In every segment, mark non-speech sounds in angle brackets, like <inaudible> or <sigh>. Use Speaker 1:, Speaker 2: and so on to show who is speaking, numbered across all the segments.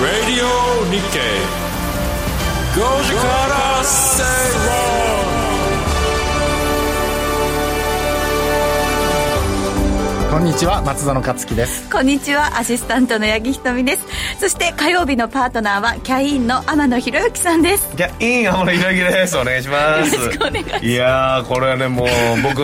Speaker 1: Radio Nikkei. Goji Kara Seiwa.
Speaker 2: こんにちは松田の勝樹です
Speaker 3: こんにちは、アシスタントの八木ひとみです。そして火曜日のパートナーはキャインの天野博之さんです。
Speaker 4: <laughs> じゃあ、イン浜野ひろゆきです。お願いします。
Speaker 3: よろしくお願いします
Speaker 4: いやー、これはね、もう、僕、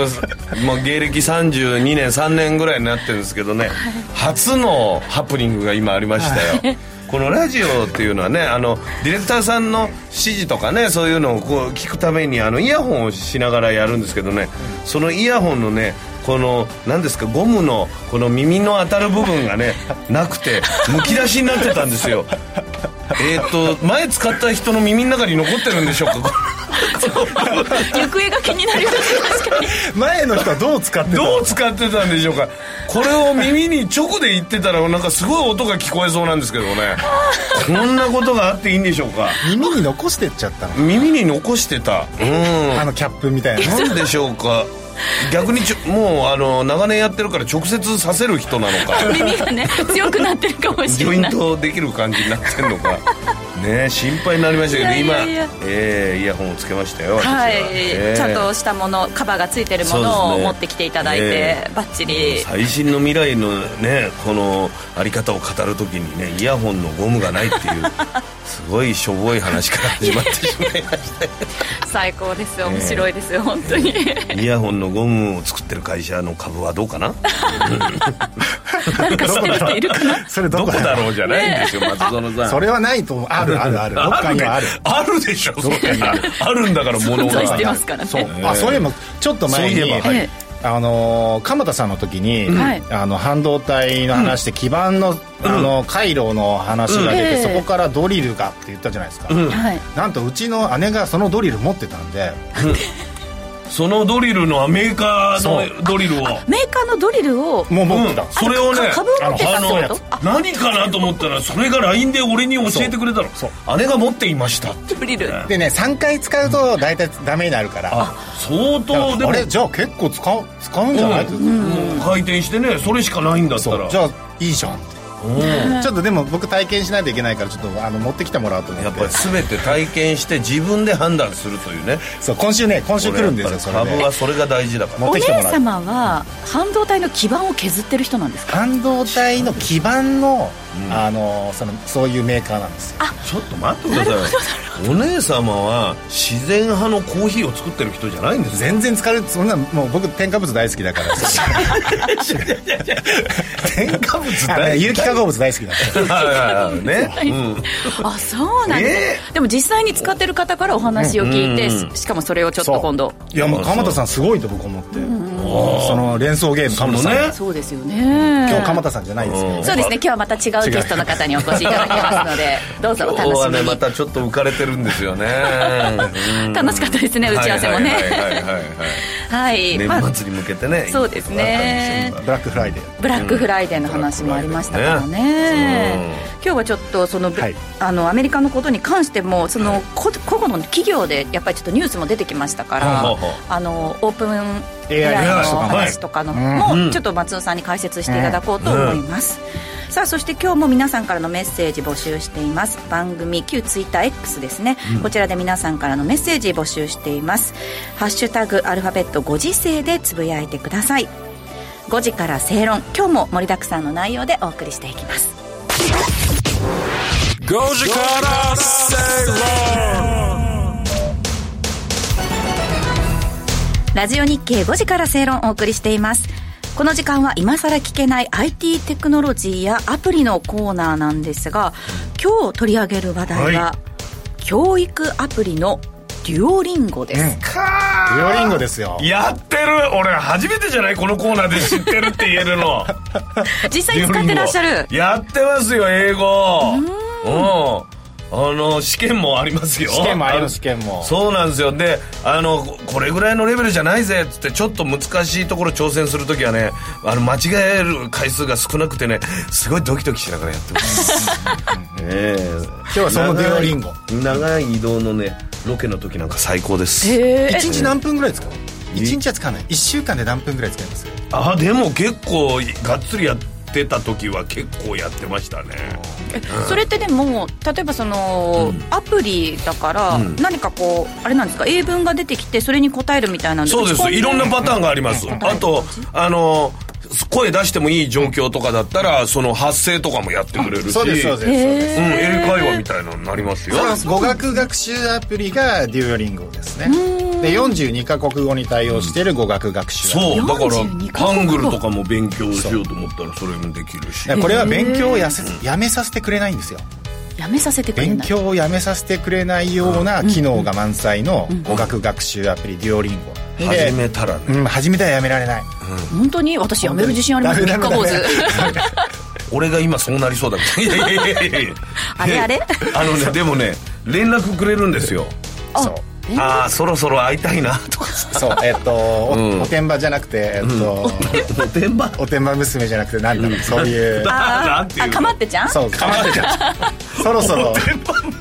Speaker 4: もう芸歴32年、3年ぐらいになってるんですけどね、初のハプニングが今ありましたよ。このラジオっていうのはねあのディレクターさんの指示とかねそういうのをこう聞くためにあのイヤホンをしながらやるんですけどねそのイヤホンのねこの何ですかゴムのこの耳の当たる部分がねなくてむき出しになってたんですよえーっと前使った人の耳の中に残ってるんでしょうかこ
Speaker 3: <laughs> 行方が気になります。確かに。
Speaker 2: 前の人はどう使って
Speaker 4: れ
Speaker 2: た
Speaker 4: どう使ってたんでしょうかこれを耳に直で言ってたらなんかすごい音が聞こえそうなんですけどねこんなことがあっていいんでしょうか
Speaker 2: 耳に残してっちゃったの、
Speaker 4: 耳に残してたうん
Speaker 2: あのキャップみたいな
Speaker 4: なんでしょうか逆にちょもうあの長年やってるから直接させる人なのか
Speaker 3: 耳がね、強くなってるかもし
Speaker 4: ジョ
Speaker 3: れ
Speaker 4: イン
Speaker 3: ない。
Speaker 4: トできる感じになってんの
Speaker 3: <laughs>
Speaker 4: かねえ心配になりましたけど
Speaker 3: いやい
Speaker 4: 今
Speaker 3: やいや
Speaker 4: えーイヤホンをつけましたよ私は
Speaker 3: はい、
Speaker 4: えー
Speaker 3: ちゃんとしたものカバーがついてるもの
Speaker 4: そうです
Speaker 3: を
Speaker 4: ね
Speaker 3: 持ってきていただいて、
Speaker 4: え
Speaker 3: バッチリ
Speaker 4: 最新の未来のねこのあり方を語るときにねイヤホンのゴムがないって
Speaker 3: <laughs>
Speaker 4: いうすごいしょぼい話から始まってしまいまし
Speaker 3: 最高ですよ面白いですよ、本当に
Speaker 4: たイヤホンのゴムを作ってる会社の株はどうかな
Speaker 3: 何か知ってる人いるかな
Speaker 2: それど
Speaker 4: ど
Speaker 2: こ
Speaker 4: こだ
Speaker 2: だ
Speaker 4: ろうじゃないんですよ松園さん
Speaker 2: それはないと思うあるあるあ
Speaker 4: <laughs>
Speaker 2: るどっかにはある
Speaker 4: あるでしょそこにあるあるんだから物
Speaker 3: 存在し
Speaker 4: が
Speaker 3: てますから
Speaker 2: そう
Speaker 3: ね
Speaker 2: あそういえばちょっと前
Speaker 4: そうい
Speaker 2: に
Speaker 4: えばはい
Speaker 3: え
Speaker 2: あのー鎌田さんの時に、
Speaker 3: はい
Speaker 2: あの半導体の話で基板の,、あの回路の話が出て、
Speaker 3: うん
Speaker 2: そこからドリルがって言ったじゃないですか、
Speaker 3: はい
Speaker 2: なんとうちの姉がそのドリル持ってたんで
Speaker 4: そのドリルのメーカーのドリルを
Speaker 3: メーカーのドリルを
Speaker 2: もう持っ
Speaker 4: う
Speaker 2: て
Speaker 4: ん
Speaker 2: た、
Speaker 4: それをね
Speaker 3: あか株を持ってたってこと
Speaker 4: あの何かなと思ったらそれが LINE で俺に教えてくれたの姉が持っていましたって
Speaker 3: ドリル
Speaker 2: でね3回使うと大体ダメになるから、
Speaker 4: あ相当で
Speaker 2: あ
Speaker 4: も
Speaker 2: れじゃあ結構使う使うんじゃない、
Speaker 4: うんもう回転してねそれしかないんだった
Speaker 2: そう
Speaker 4: ら
Speaker 2: じゃあいいじゃんって
Speaker 4: うん
Speaker 2: ちょっとでも僕体験しないといけないからちょっとあの持ってきてもらおうと思って
Speaker 4: やっぱり全て体験して自分で判断するというね
Speaker 2: そう今週ね今週来るんですよそ
Speaker 4: これや
Speaker 2: れ
Speaker 4: っぱり株
Speaker 2: で
Speaker 4: はそれが大事だから
Speaker 2: 持っ
Speaker 3: お
Speaker 2: て
Speaker 3: 姉
Speaker 2: きてもらう
Speaker 3: 様は半導体の基盤を削ってる人なんですか
Speaker 2: 半導体の基盤の,、あのそのそういうメーカーなんですよ
Speaker 4: ちょっと待ってください <laughs> お姉様は自然派のコーヒーを作ってる人じゃないんですよ
Speaker 2: 全然疲れるそんなもう僕添加物大好きだ
Speaker 4: <laughs>
Speaker 2: から
Speaker 4: 添加
Speaker 2: <laughs> あ
Speaker 4: 物
Speaker 2: の
Speaker 4: 大
Speaker 2: 有機化合物大好きだから
Speaker 4: <laughs> はいはいはいね、
Speaker 3: <laughs>
Speaker 4: うん
Speaker 3: あそうなんです、でも実際に使ってる方からお話を聞いて、しかもそれをちょっと今度
Speaker 2: いやもう鎌田さんすごいと僕思って、その連想ゲーム鎌田さん、
Speaker 4: そのね
Speaker 3: そうですよね
Speaker 2: 今日鎌田さんじゃないですけど、
Speaker 4: うん
Speaker 3: そうですね今日はまた違うゲストの方にお越しいただきますのでどうぞお
Speaker 4: 今日
Speaker 3: 楽し
Speaker 4: は
Speaker 3: み
Speaker 4: ね
Speaker 3: に、
Speaker 4: またちょっと浮かれてるんですよね、うん
Speaker 3: <laughs> 楽しかったですね打ち合わせもね
Speaker 4: はいはいはいはいはい
Speaker 3: はい、まあ
Speaker 4: 年末に向けてね、
Speaker 3: そうですね
Speaker 2: ブラックフライデー
Speaker 3: ブラックフライデーの話もありましたからね今日はちょっとその、
Speaker 2: はい
Speaker 3: あのアメリカのことに関してもその、こ個々の企業でやっぱりちょっとニュースも出てきましたから、
Speaker 4: ほうほうほう
Speaker 3: あのオープン
Speaker 2: AI
Speaker 3: AI の
Speaker 2: の
Speaker 3: 話とかの、
Speaker 2: は
Speaker 3: もちょっと松尾さんに解説していただこうと思います、さあそして今日も皆さんからのメッセージ募集しています番組旧ツイッター X ですね、こちらで皆さんからのメッセージ募集していますハッシュタグアルファベットご時世でつぶやいてください5時から正論今日も盛りだくさんの内容でお送りしていきます
Speaker 1: Goji Kara Seiwa.
Speaker 3: ラジオ日経5時から正論をお送りしています。この時間は今更聞けない IT テクノロジーやアプリのコーナーなんですが、今日取り上げる話題は、
Speaker 4: は
Speaker 3: 教育アプリのデュオリンゴです。
Speaker 2: デュオリンゴですよ
Speaker 4: やってる俺初めてじゃないこのコーナーで知ってるって言えるの
Speaker 3: 実際に使ってらっしゃる。
Speaker 4: やってますよ英語うんあの試験もありますよ
Speaker 2: 試験もあります試験も
Speaker 4: そうなんですよであのここれぐらいのレベルじゃないぜっつってちょっと難しいところ挑戦するときはねあの間違える回数が少なくてねすごいドキドキしながらやってます
Speaker 2: <laughs>
Speaker 4: ええ今
Speaker 2: 日はそのデュオリンゴ
Speaker 4: 長い長い移動のねロケの時なんか最高です
Speaker 3: へ
Speaker 2: 一日何分ぐらいですか1日は使わない1週間で何分ぐらい使います
Speaker 4: あでも結構がっつりやってた時は結構やってましたね
Speaker 3: えそれってでも例えばその、アプリだから、何かこうあれなんですか英文が出てきてそれに答えるみたいなん
Speaker 4: そうで
Speaker 3: 打ち込ん
Speaker 4: すいろんなパターンがありますあとあの声出してもいい状況とかだったらその発声とかもやってくれるし
Speaker 2: そうですそうですそうです
Speaker 4: うん、英会話みたいなのになりますよ
Speaker 2: そうです語学学習アプリがデュオリンゴですねで42カ国語に対応している語学学習アプ
Speaker 4: そうだから
Speaker 3: 42
Speaker 4: ハングルとかも勉強しようと思ったらそれもできるし
Speaker 2: リこれは勉強をやせやめさせてくれないんですよ
Speaker 3: やめさせてくれない
Speaker 2: 勉強をやめさせてくれないような機能が満載の語学学習アプリデュオリンゴ
Speaker 4: 始めたらね
Speaker 2: うん、始めたらやめられない
Speaker 3: 本当に私やめる自信あります
Speaker 2: ダ
Speaker 3: 三
Speaker 2: メダ
Speaker 3: 日
Speaker 2: メ
Speaker 3: 坊主
Speaker 2: ダメ
Speaker 4: 俺が今そうなりそうだ
Speaker 2: <laughs>
Speaker 4: けどいやいやいやいやいや
Speaker 3: あれあれ
Speaker 4: あの
Speaker 3: <laughs>
Speaker 4: ねでもね連絡くれるんですよ
Speaker 2: そう
Speaker 4: ああそろそろ会いたいなとかさ
Speaker 2: そうえっとお
Speaker 4: うん
Speaker 2: おてんばじゃなくてえっと
Speaker 4: おてんば
Speaker 2: おてんば娘じゃなくてなんだろうそういう
Speaker 4: な
Speaker 3: あ
Speaker 4: んていう
Speaker 3: ーあ
Speaker 4: の
Speaker 3: かまってちゃん
Speaker 2: <laughs> そうかまってちゃう <laughs> そろそろ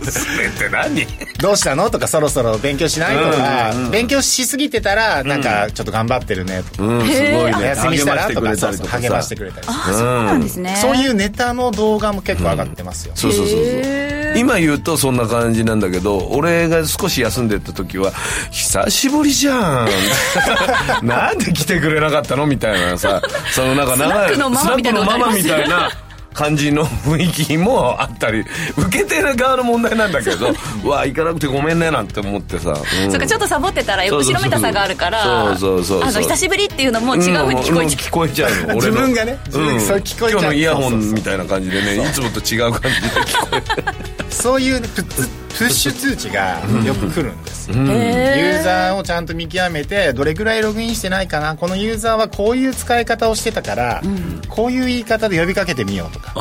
Speaker 4: 娘って何
Speaker 2: どうしたのとかそろそろ勉強しないとか、勉強しすぎてたらなんかちょっと頑張ってるねとか、
Speaker 4: うんすごい
Speaker 2: お
Speaker 4: ね
Speaker 2: 休みしたらとかそうそう励まして
Speaker 4: く
Speaker 2: くれたり
Speaker 3: あーそうなんですね
Speaker 2: そういうネタの動画も結構上がってますよ、
Speaker 4: そうそうそうそう
Speaker 3: へ
Speaker 4: 今言うとそんな感じなんだけど俺が少し休んでた時は「久しぶりじゃ
Speaker 2: <laughs>
Speaker 4: んなんで来てくれなかったの?」みたいなさそのなんか長い
Speaker 3: スナックのママみた
Speaker 4: スナック
Speaker 3: いな
Speaker 4: のママみたいな感じの雰囲気もあったり受けてる側の問題なんだ
Speaker 3: <laughs>
Speaker 4: けど「うわ行かなくてごめんね」なんて思ってさ、うん
Speaker 3: そっかちょっとサボってたら後ろめたさがあるから
Speaker 4: そうそうそうそう
Speaker 3: あの久しぶりっていうのも違うふうに聞こえちゃう
Speaker 4: 聞こえちゃうの俺の
Speaker 2: 自分がね自分そう聞こえちゃう
Speaker 4: 今日のイヤホンみたいな感じでねいつもと違う感じで聞こえて
Speaker 2: そういうプッツプッシュ通知がよく来るんですよ、ユーザーをちゃんと見極めてどれぐらいログインしてないかなこのユーザーはこういう使い方をしてたから、こういう言い方で呼びかけてみようとか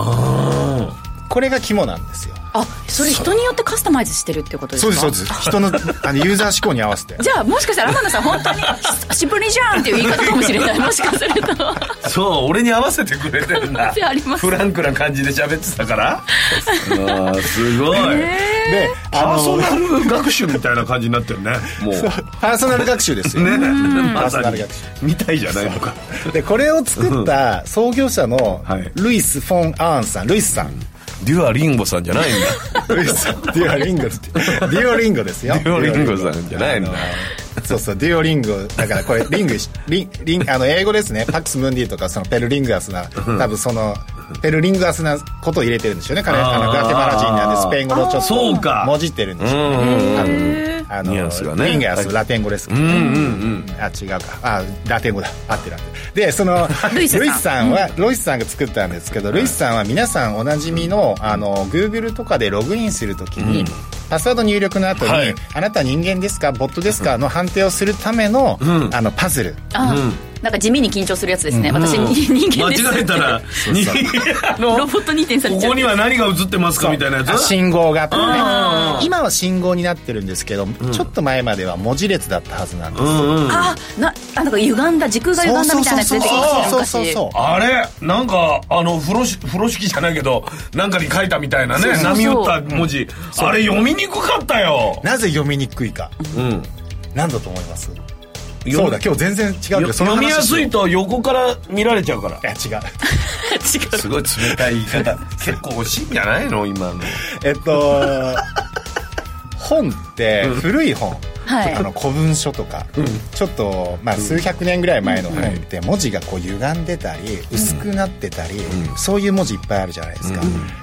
Speaker 2: これが肝なんですよ
Speaker 3: あそれ人によってカスタマイズしてるってことですか
Speaker 2: す人のあのユーザー志向に合わせて
Speaker 3: じゃあもしかしたら天野さん本当に久しぶりじゃんっていう言い方かもしれないもしかする
Speaker 4: <laughs>
Speaker 3: と
Speaker 4: そう俺に合わせてくれてるん
Speaker 3: <laughs>
Speaker 4: だ
Speaker 3: じゃああります
Speaker 4: フランクな感じで喋ってたからああすごい、
Speaker 2: で
Speaker 4: パ
Speaker 2: あ
Speaker 4: ーソ
Speaker 2: の
Speaker 4: ナル <laughs> 学習みたいな感じになって <laughs> るねもう
Speaker 2: パーソナル学習ですよ、
Speaker 4: ねま
Speaker 2: パーソナ
Speaker 4: さ
Speaker 2: ル
Speaker 4: に
Speaker 2: 学習
Speaker 4: みたいじゃないのか
Speaker 2: でこれを作った創業者の
Speaker 4: はい
Speaker 2: ルイス・フォン・アーンさんルイスさん
Speaker 4: デュアリンゴさんじゃないんだ
Speaker 2: ルイスデュアリンゴってデュオリンゴですよ
Speaker 4: <laughs> デュオリンゴさんじゃないんだ
Speaker 2: あの <laughs> そうそうデュオリンゴだから
Speaker 4: <laughs>
Speaker 2: これリングしリンリンあの英語ですねパックス・ムンディとかそのペルリングアスな多分そのペルリングアスなことを入れてるんでしょうね彼あの
Speaker 4: あー
Speaker 2: ガテマラ人なんでスペイン語のちょっ
Speaker 4: そうか
Speaker 2: ともじってるんでしょうね多分あの
Speaker 4: ニュアンスがね
Speaker 2: リンガー
Speaker 4: は
Speaker 2: ス
Speaker 4: い
Speaker 2: ラテン語ですけどねあ違うかあラテン語だ合ってる合ってるでその
Speaker 4: <laughs>
Speaker 3: ル
Speaker 2: ル
Speaker 3: イ
Speaker 2: イ
Speaker 3: スさん
Speaker 2: スさんはロイスさんが作ったんですけどルイスさんは皆さんおなじみのあの Google とかでログインするときにパスワード入力の後に、
Speaker 4: はい
Speaker 2: あなた人間ですかボットですかの判定をするための,、あのパズル
Speaker 3: あ、なんか地味に緊張するやつですね、私に人間
Speaker 4: 間
Speaker 3: です
Speaker 4: 違えたらにあ
Speaker 3: ロ
Speaker 4: の
Speaker 3: ボット
Speaker 4: こ <laughs>
Speaker 3: 2.3にちゃ
Speaker 4: こ
Speaker 3: う
Speaker 4: には何が映ってますかみたいなやつ
Speaker 2: あ信号があって
Speaker 4: あ
Speaker 2: ね今は信号になってるんですけど、ちょっと前までは文字列だったはずなんです、
Speaker 3: あなあなんか歪んだ時空が歪んだみたいなやつ出てきましたね
Speaker 2: そうそうそうそうそう
Speaker 3: 昔
Speaker 2: そう
Speaker 4: あれなんかあの風呂し風呂敷じゃないけどなんかに書いたみたいなね
Speaker 3: そうそうそう
Speaker 4: 波打った文字あれ読みにくかったよ
Speaker 2: なぜ読みにくいか、
Speaker 4: ん
Speaker 2: 何だと思います
Speaker 4: み
Speaker 2: そうだ今日全然違うけど
Speaker 4: よ
Speaker 2: その
Speaker 4: 読み
Speaker 2: 話
Speaker 4: や
Speaker 2: しよ
Speaker 4: す
Speaker 2: う
Speaker 4: いと横から見られちゃうから
Speaker 2: いや違う
Speaker 3: <laughs> 違う
Speaker 4: すごい冷たい言い方結構惜しいんじゃないの今の
Speaker 2: えっ <laughs> と本って古い本、
Speaker 3: はい
Speaker 2: あの古文書とか、ちょっと、まあ、数百年ぐらい前の本って文字がこう歪んでたり薄くなってたり、そういう文字いっぱいあるじゃないですか、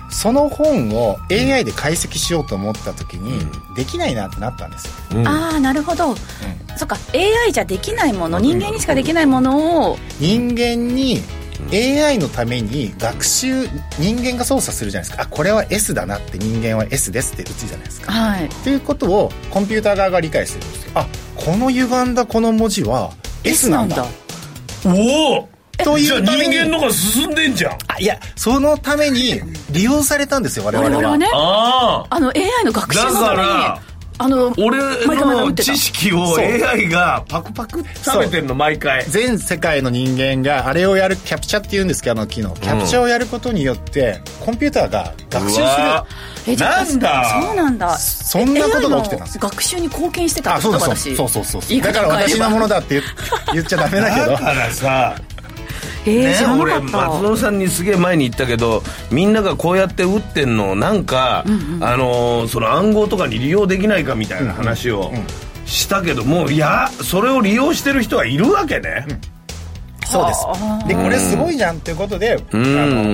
Speaker 2: その本を AI で解析しようと思った時に、できないなってなったんですよ
Speaker 3: ああなるほど、そっか AI じゃできないもの人間にしかできないものを
Speaker 2: 人間に AI のために学習人間が操作するじゃないですかあこれは S だなって人間は S ですって打つじゃないですか
Speaker 3: はい
Speaker 2: っていうことをコンピューター側が理解するんですよあこの歪んだこの文字は S なんだ
Speaker 4: おお
Speaker 2: とい
Speaker 4: じゃあ
Speaker 2: う
Speaker 4: 人
Speaker 2: ために
Speaker 4: 間のが進んでんじゃん
Speaker 2: あいやそのために利用されたんですよ我
Speaker 3: 我
Speaker 2: 々
Speaker 3: 々
Speaker 2: は
Speaker 3: はね
Speaker 4: ああ
Speaker 3: あの AI の学習
Speaker 4: だ
Speaker 3: の
Speaker 4: か
Speaker 3: ために
Speaker 4: ら
Speaker 3: あの
Speaker 4: 俺
Speaker 3: 毎回毎回打っ
Speaker 4: の
Speaker 3: てた
Speaker 4: 知識を AI がパクパク食べてんの毎回
Speaker 2: 全世界の人間があれをやるキャプチャっていうんですけどあの機能キャプチャをやることによって、コンピューターが学習す
Speaker 4: う
Speaker 2: る
Speaker 4: わ
Speaker 3: えじゃあ
Speaker 4: なんだ
Speaker 3: そうなんだ
Speaker 2: そんなことが起きてたんです
Speaker 3: AI の学習に貢献してた
Speaker 2: あ
Speaker 3: って
Speaker 2: そう
Speaker 3: こ
Speaker 2: だ
Speaker 3: と
Speaker 2: そう
Speaker 3: 私
Speaker 2: そうそうそう
Speaker 3: 言い
Speaker 2: だ
Speaker 3: 方
Speaker 2: から
Speaker 3: 変え
Speaker 2: 私
Speaker 3: れば
Speaker 2: のものだ
Speaker 3: <laughs>
Speaker 2: って言言っちゃダメだけど
Speaker 4: だからさ
Speaker 3: えー、
Speaker 4: ね
Speaker 3: 知らな
Speaker 4: 俺
Speaker 3: かっ
Speaker 4: 松
Speaker 3: た
Speaker 4: 尾さんにすげえ前に言ったけどみんながこうやって打ってんのをなんか、あのーその暗号とかに利用できないかみたいな話をしたけど、もういやそれを利用してる人はいるわけね、
Speaker 2: そうですでこれすごいじゃんっていうことで、あの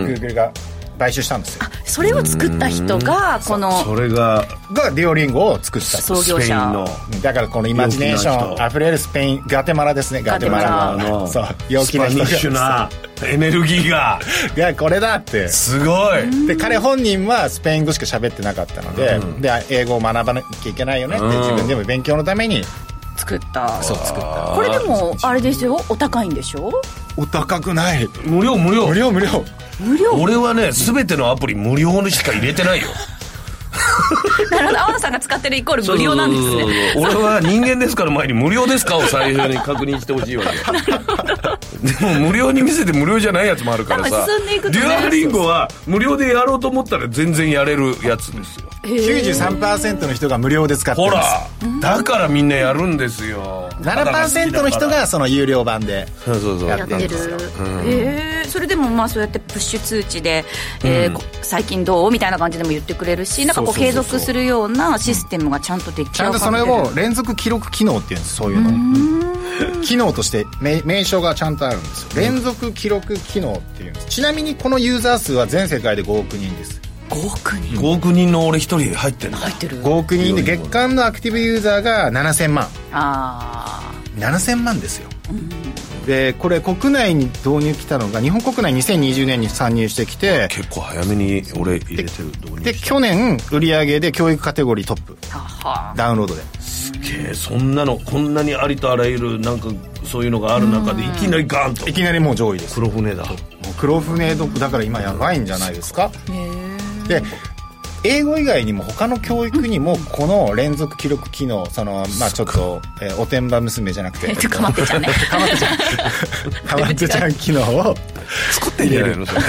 Speaker 2: Google が買収したんですよ
Speaker 3: それを作った人がこの
Speaker 4: それが
Speaker 2: がデュオリンゴを作った
Speaker 3: 創
Speaker 4: ス
Speaker 3: 業
Speaker 4: ペイン
Speaker 3: 者
Speaker 4: の
Speaker 2: だからこのイマジネーシ
Speaker 4: 陽気な
Speaker 2: ョ
Speaker 4: 人
Speaker 2: ンあふれるスペインガテマラですねガテマ
Speaker 4: あ
Speaker 2: ラ
Speaker 3: ガテ
Speaker 4: の
Speaker 2: のそう陽
Speaker 4: ス
Speaker 2: 気
Speaker 4: パ
Speaker 2: な人
Speaker 4: ニッシュ
Speaker 2: が
Speaker 4: なエネルギーが
Speaker 2: そういやこれだって
Speaker 4: すごい
Speaker 2: で彼本人はスペイン語しか喋ってなかったので,、で英語を学ばなきゃいけないよねって、
Speaker 4: うん
Speaker 2: 自分でも勉強のために
Speaker 3: 作った
Speaker 2: う作った
Speaker 3: これでもあれですよお高いんでしょ
Speaker 2: お高くない
Speaker 4: 無料無料
Speaker 2: 無料無料
Speaker 3: 無料
Speaker 4: 俺はね全てのアプリ無料にしか入れてないよ
Speaker 3: なるほど青野さんが使ってるイコール無料なんです
Speaker 4: そうそう
Speaker 3: ね
Speaker 4: そうそう俺は人間ですから前に無料ですかを最初に確認してほしいわ
Speaker 3: <laughs>
Speaker 4: けでも無料に見せて無料じゃないやつもあるから
Speaker 3: 多
Speaker 4: さ
Speaker 3: 分進んでいくと
Speaker 4: デ
Speaker 3: ね
Speaker 4: ュアリンゴは無料でやろうと思ったら全然やれるやつですよ
Speaker 2: 93%の人が無料で使って
Speaker 4: ほ
Speaker 2: ま
Speaker 4: らだからみんなやるんですよ
Speaker 2: す7%の人がその有料版で
Speaker 4: そうそうそう
Speaker 3: やってるえーそれでもまあそうやってプッシュ通知で、えーこ最近どうみたいな感じでも言ってくれるしなんかこ
Speaker 2: そう
Speaker 3: う
Speaker 2: そ
Speaker 3: 継
Speaker 2: うそうそう
Speaker 3: 続するようなシステムがちゃんと出来
Speaker 2: ちゃ
Speaker 3: 上
Speaker 2: ん
Speaker 3: が
Speaker 2: と
Speaker 3: って
Speaker 2: それ
Speaker 3: る
Speaker 2: を連続記録機能っていうんですそういうの機能として名名称がちゃんとあるんですよ連続記録機能っていうんですちなみにこのユーザー数は全世界で5億人です
Speaker 3: 5億人
Speaker 4: 5億人の俺一人入ってんだ
Speaker 3: 入ってる
Speaker 2: 5億人で月間のアクティブユーザーが7000万
Speaker 3: あ
Speaker 2: 7000万ですよ、でこれ国内に導入来たのが日本国内2020年に参入してきて
Speaker 4: 結構早めに俺入れてる導入
Speaker 2: で去年売り上げで教育カテゴリートップ
Speaker 3: ーは
Speaker 2: ダウンロードです
Speaker 4: げえそんなのこんなにありとあらゆるなんかそういうのがある中でいきなりガーンと
Speaker 2: いきなりもう上位です
Speaker 4: 黒船だ
Speaker 2: もう黒船ドッグだから今やばいんじゃないですかで英語以外にも他の教育にもこの連続記録機能そのまあちょっと、えーおてんば娘じゃなくて <laughs>
Speaker 3: <laughs> えっとかまってちゃんね
Speaker 2: ハマってちゃん機能を
Speaker 4: 作ってんじゃないのそれ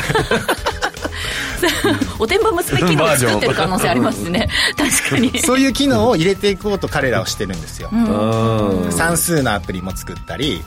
Speaker 3: おてんば娘機能を作ってる可能性ありますね確かに
Speaker 2: そういう機能を入れていこうと彼らはしてるんですよ、算数のアプリも作ったり、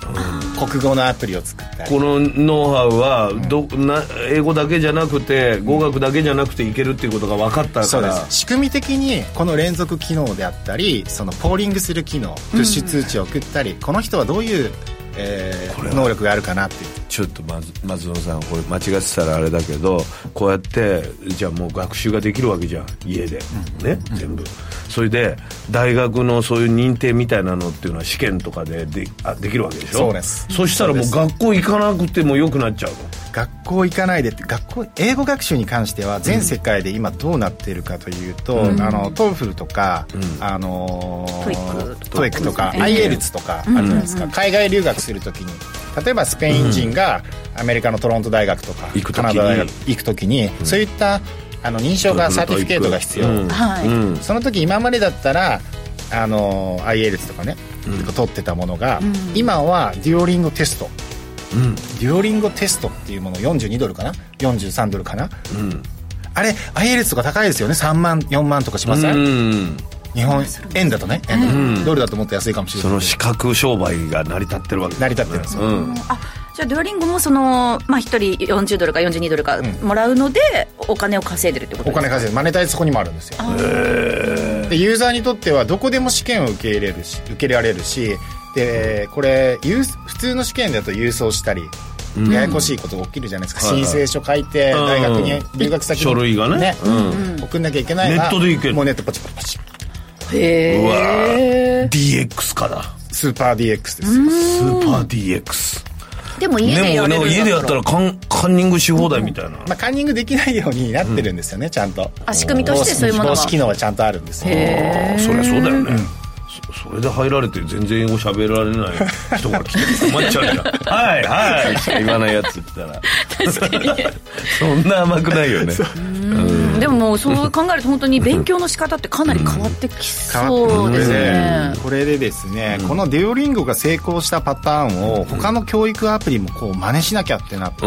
Speaker 2: 国語のアプリを作ったり
Speaker 4: このノウハウはど、な英語だけじゃなくて語学だけじゃなくていけるっていうことが分かった
Speaker 2: そ
Speaker 4: か
Speaker 2: うで
Speaker 4: ら
Speaker 2: す仕組み的にこの連続機能であったりそのポーリングする機能プッシュ通知を送ったり、この人はどういう、えー
Speaker 4: れは
Speaker 2: 能力があるかなっていう
Speaker 4: ちょっとまず松野さんこれ間違ってたらあれだけどこうやってじゃあもう学習ができるわけじゃん家で、ね、全部それで大学のそういう認定みたいなのっていうのは試験とかでであできるわけでしょ
Speaker 2: そうです
Speaker 4: そしたらもう学校行かなくてもよくなっちゃうの
Speaker 2: 学校行かないでって学校英語学習に関しては全世界で今どうなっているかというと、あのトーフルとか、あのー
Speaker 3: TOEIC とか
Speaker 2: TOEIC とか
Speaker 3: うん
Speaker 2: IELTS とかあるじゃないですか、海外留学するときに例えばスペイン人がアメリカのトロント大学とか、
Speaker 4: 行く時に
Speaker 2: カナダ大学行くときに、そういったあの認証がサーティフィケートが必要、
Speaker 4: うん
Speaker 3: はい、
Speaker 4: うん
Speaker 2: その時今までだったらあの IELTS とかね、取ってたものが、今はデュオリンゴテスト、デュオリンゴテストっていうもの42ドルかな43ドルかな、あれ IELTS とか高いですよね3万4万とかしません、
Speaker 4: うん
Speaker 2: 日本円だとね、円だとドルだともっと安いかもしれ
Speaker 4: そ
Speaker 2: ない
Speaker 4: の資格商売が成り立ってるわけだ
Speaker 2: 成り立ってるんですよ、
Speaker 4: うん
Speaker 3: あじゃあデュオリンゴもその、まあ、1人40ドルか42ドルかもらうので、お金を稼いでるってこと
Speaker 2: お
Speaker 3: です
Speaker 2: 金稼いでマネタイズそこにもあるんですよでユーザーにとってはどこでも試験を受け入れるし受けられるしでこれ郵普通の試験だと郵送したりややこしいことが起きるじゃないですか、
Speaker 4: はいはい
Speaker 2: 申請書書いて
Speaker 4: うん
Speaker 2: 大学に留学先に
Speaker 4: 書類がねうん
Speaker 2: 送んなきゃいけないが
Speaker 4: ネットでいける
Speaker 2: もうネットポチポチポチ
Speaker 3: へ
Speaker 4: うわ
Speaker 3: え
Speaker 4: DX かだ
Speaker 2: スーパー DX ですよ
Speaker 4: スーパー DX
Speaker 3: でも家で
Speaker 4: で
Speaker 3: や
Speaker 4: も
Speaker 3: れ
Speaker 4: なん
Speaker 3: る
Speaker 4: か
Speaker 3: んだ
Speaker 4: 家でやったらカンカンニングし放題みたいな
Speaker 2: まあ、カンニングできないようになってるんですよね、ちゃんと
Speaker 3: あ仕組みとしてそういうもの
Speaker 2: 防
Speaker 3: が
Speaker 2: 止機能はちゃんとあるんですよ
Speaker 4: あーそりゃそうだよね、そそれで入られて全然英語喋られない人が来て困っちゃうじゃんはいはいしか言わないやつって言ったらそんな甘くないよね
Speaker 3: でももうそう考えると本当に勉強の仕方ってかなり変わってきそうですね。
Speaker 2: これでですね、このデュオリンゴが成功したパターンを他の教育アプリもこう真似しなきゃってなって、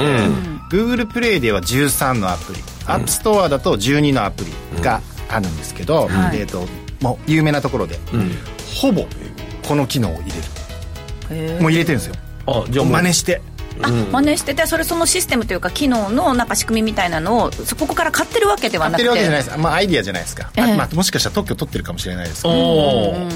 Speaker 2: Google プレイでは13のアプリ、App Store だと12のアプリがあるんですけど、
Speaker 3: はい
Speaker 2: えーともう有名なところで、ほぼこの機能を入れ
Speaker 3: へ
Speaker 2: るもう入れてるんですよ
Speaker 4: あじゃあもう
Speaker 2: 真似して
Speaker 3: あ真似しててそれそのシステムというか機能のなんか仕組みみたいなのをそこから買ってるわけでは
Speaker 2: やっ
Speaker 3: な
Speaker 2: て
Speaker 3: くて
Speaker 2: るわけじゃないです、まあ、アイディアじゃないですか、あ
Speaker 3: ええ
Speaker 2: まあ、もしかしたら特許取ってるかもしれないですけど
Speaker 4: おー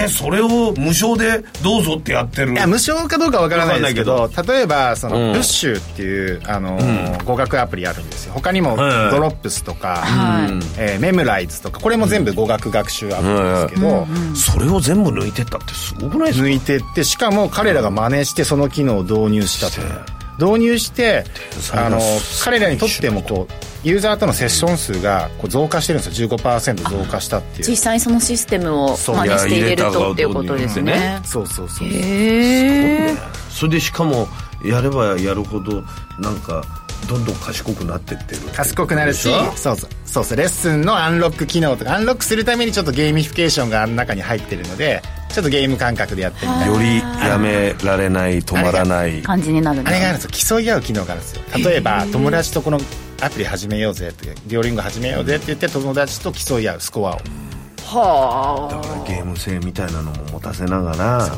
Speaker 4: えー、それを無償でどうぞってやってる
Speaker 2: いや無償かどうかわからないですけ
Speaker 4: わ
Speaker 2: ど例えばその、
Speaker 4: うん
Speaker 2: ブッシュっていう、あのー語学アプリあるんですよ他にも、
Speaker 4: はい
Speaker 2: ドロップスとか、
Speaker 3: はい
Speaker 2: えーメムライズとかこれも全部語学学習アプリですけど、
Speaker 4: それを全部抜いてったってすごくないですか
Speaker 2: 抜いてってしかも彼らが真似してその機能を導入したと導入して
Speaker 4: 才
Speaker 2: あ
Speaker 4: だ
Speaker 2: の彼らにとってもこうユーザーとのセッション数がこう増加してるんですよ15%増加したってい
Speaker 3: 実
Speaker 2: う
Speaker 3: 際にそのシステムを
Speaker 2: そう
Speaker 3: 真似して入れるとっていうことです
Speaker 4: いや入
Speaker 3: ね。
Speaker 2: そうそうそう
Speaker 3: へえ。
Speaker 4: それでしかもやればやるほどなんかどんどん賢くなってってる
Speaker 2: 賢くなるしそうそうそうそうレッスンのアンロック機能とかアンロックするためにちょっとゲーミフィケーションがあの中に入ってるのでちょっとゲーム感覚でやってみたい
Speaker 4: よりやめられない止まらない
Speaker 3: 感じになるん
Speaker 2: あ
Speaker 3: だ
Speaker 2: れがあるんですよ競い合う機能があるんですよ例えば友達とこのアプリ始めようぜってデュオリンゴ始めようぜって言って友達と競い合うスコアを
Speaker 3: は
Speaker 4: だからゲーム性みたいなのも持たせながら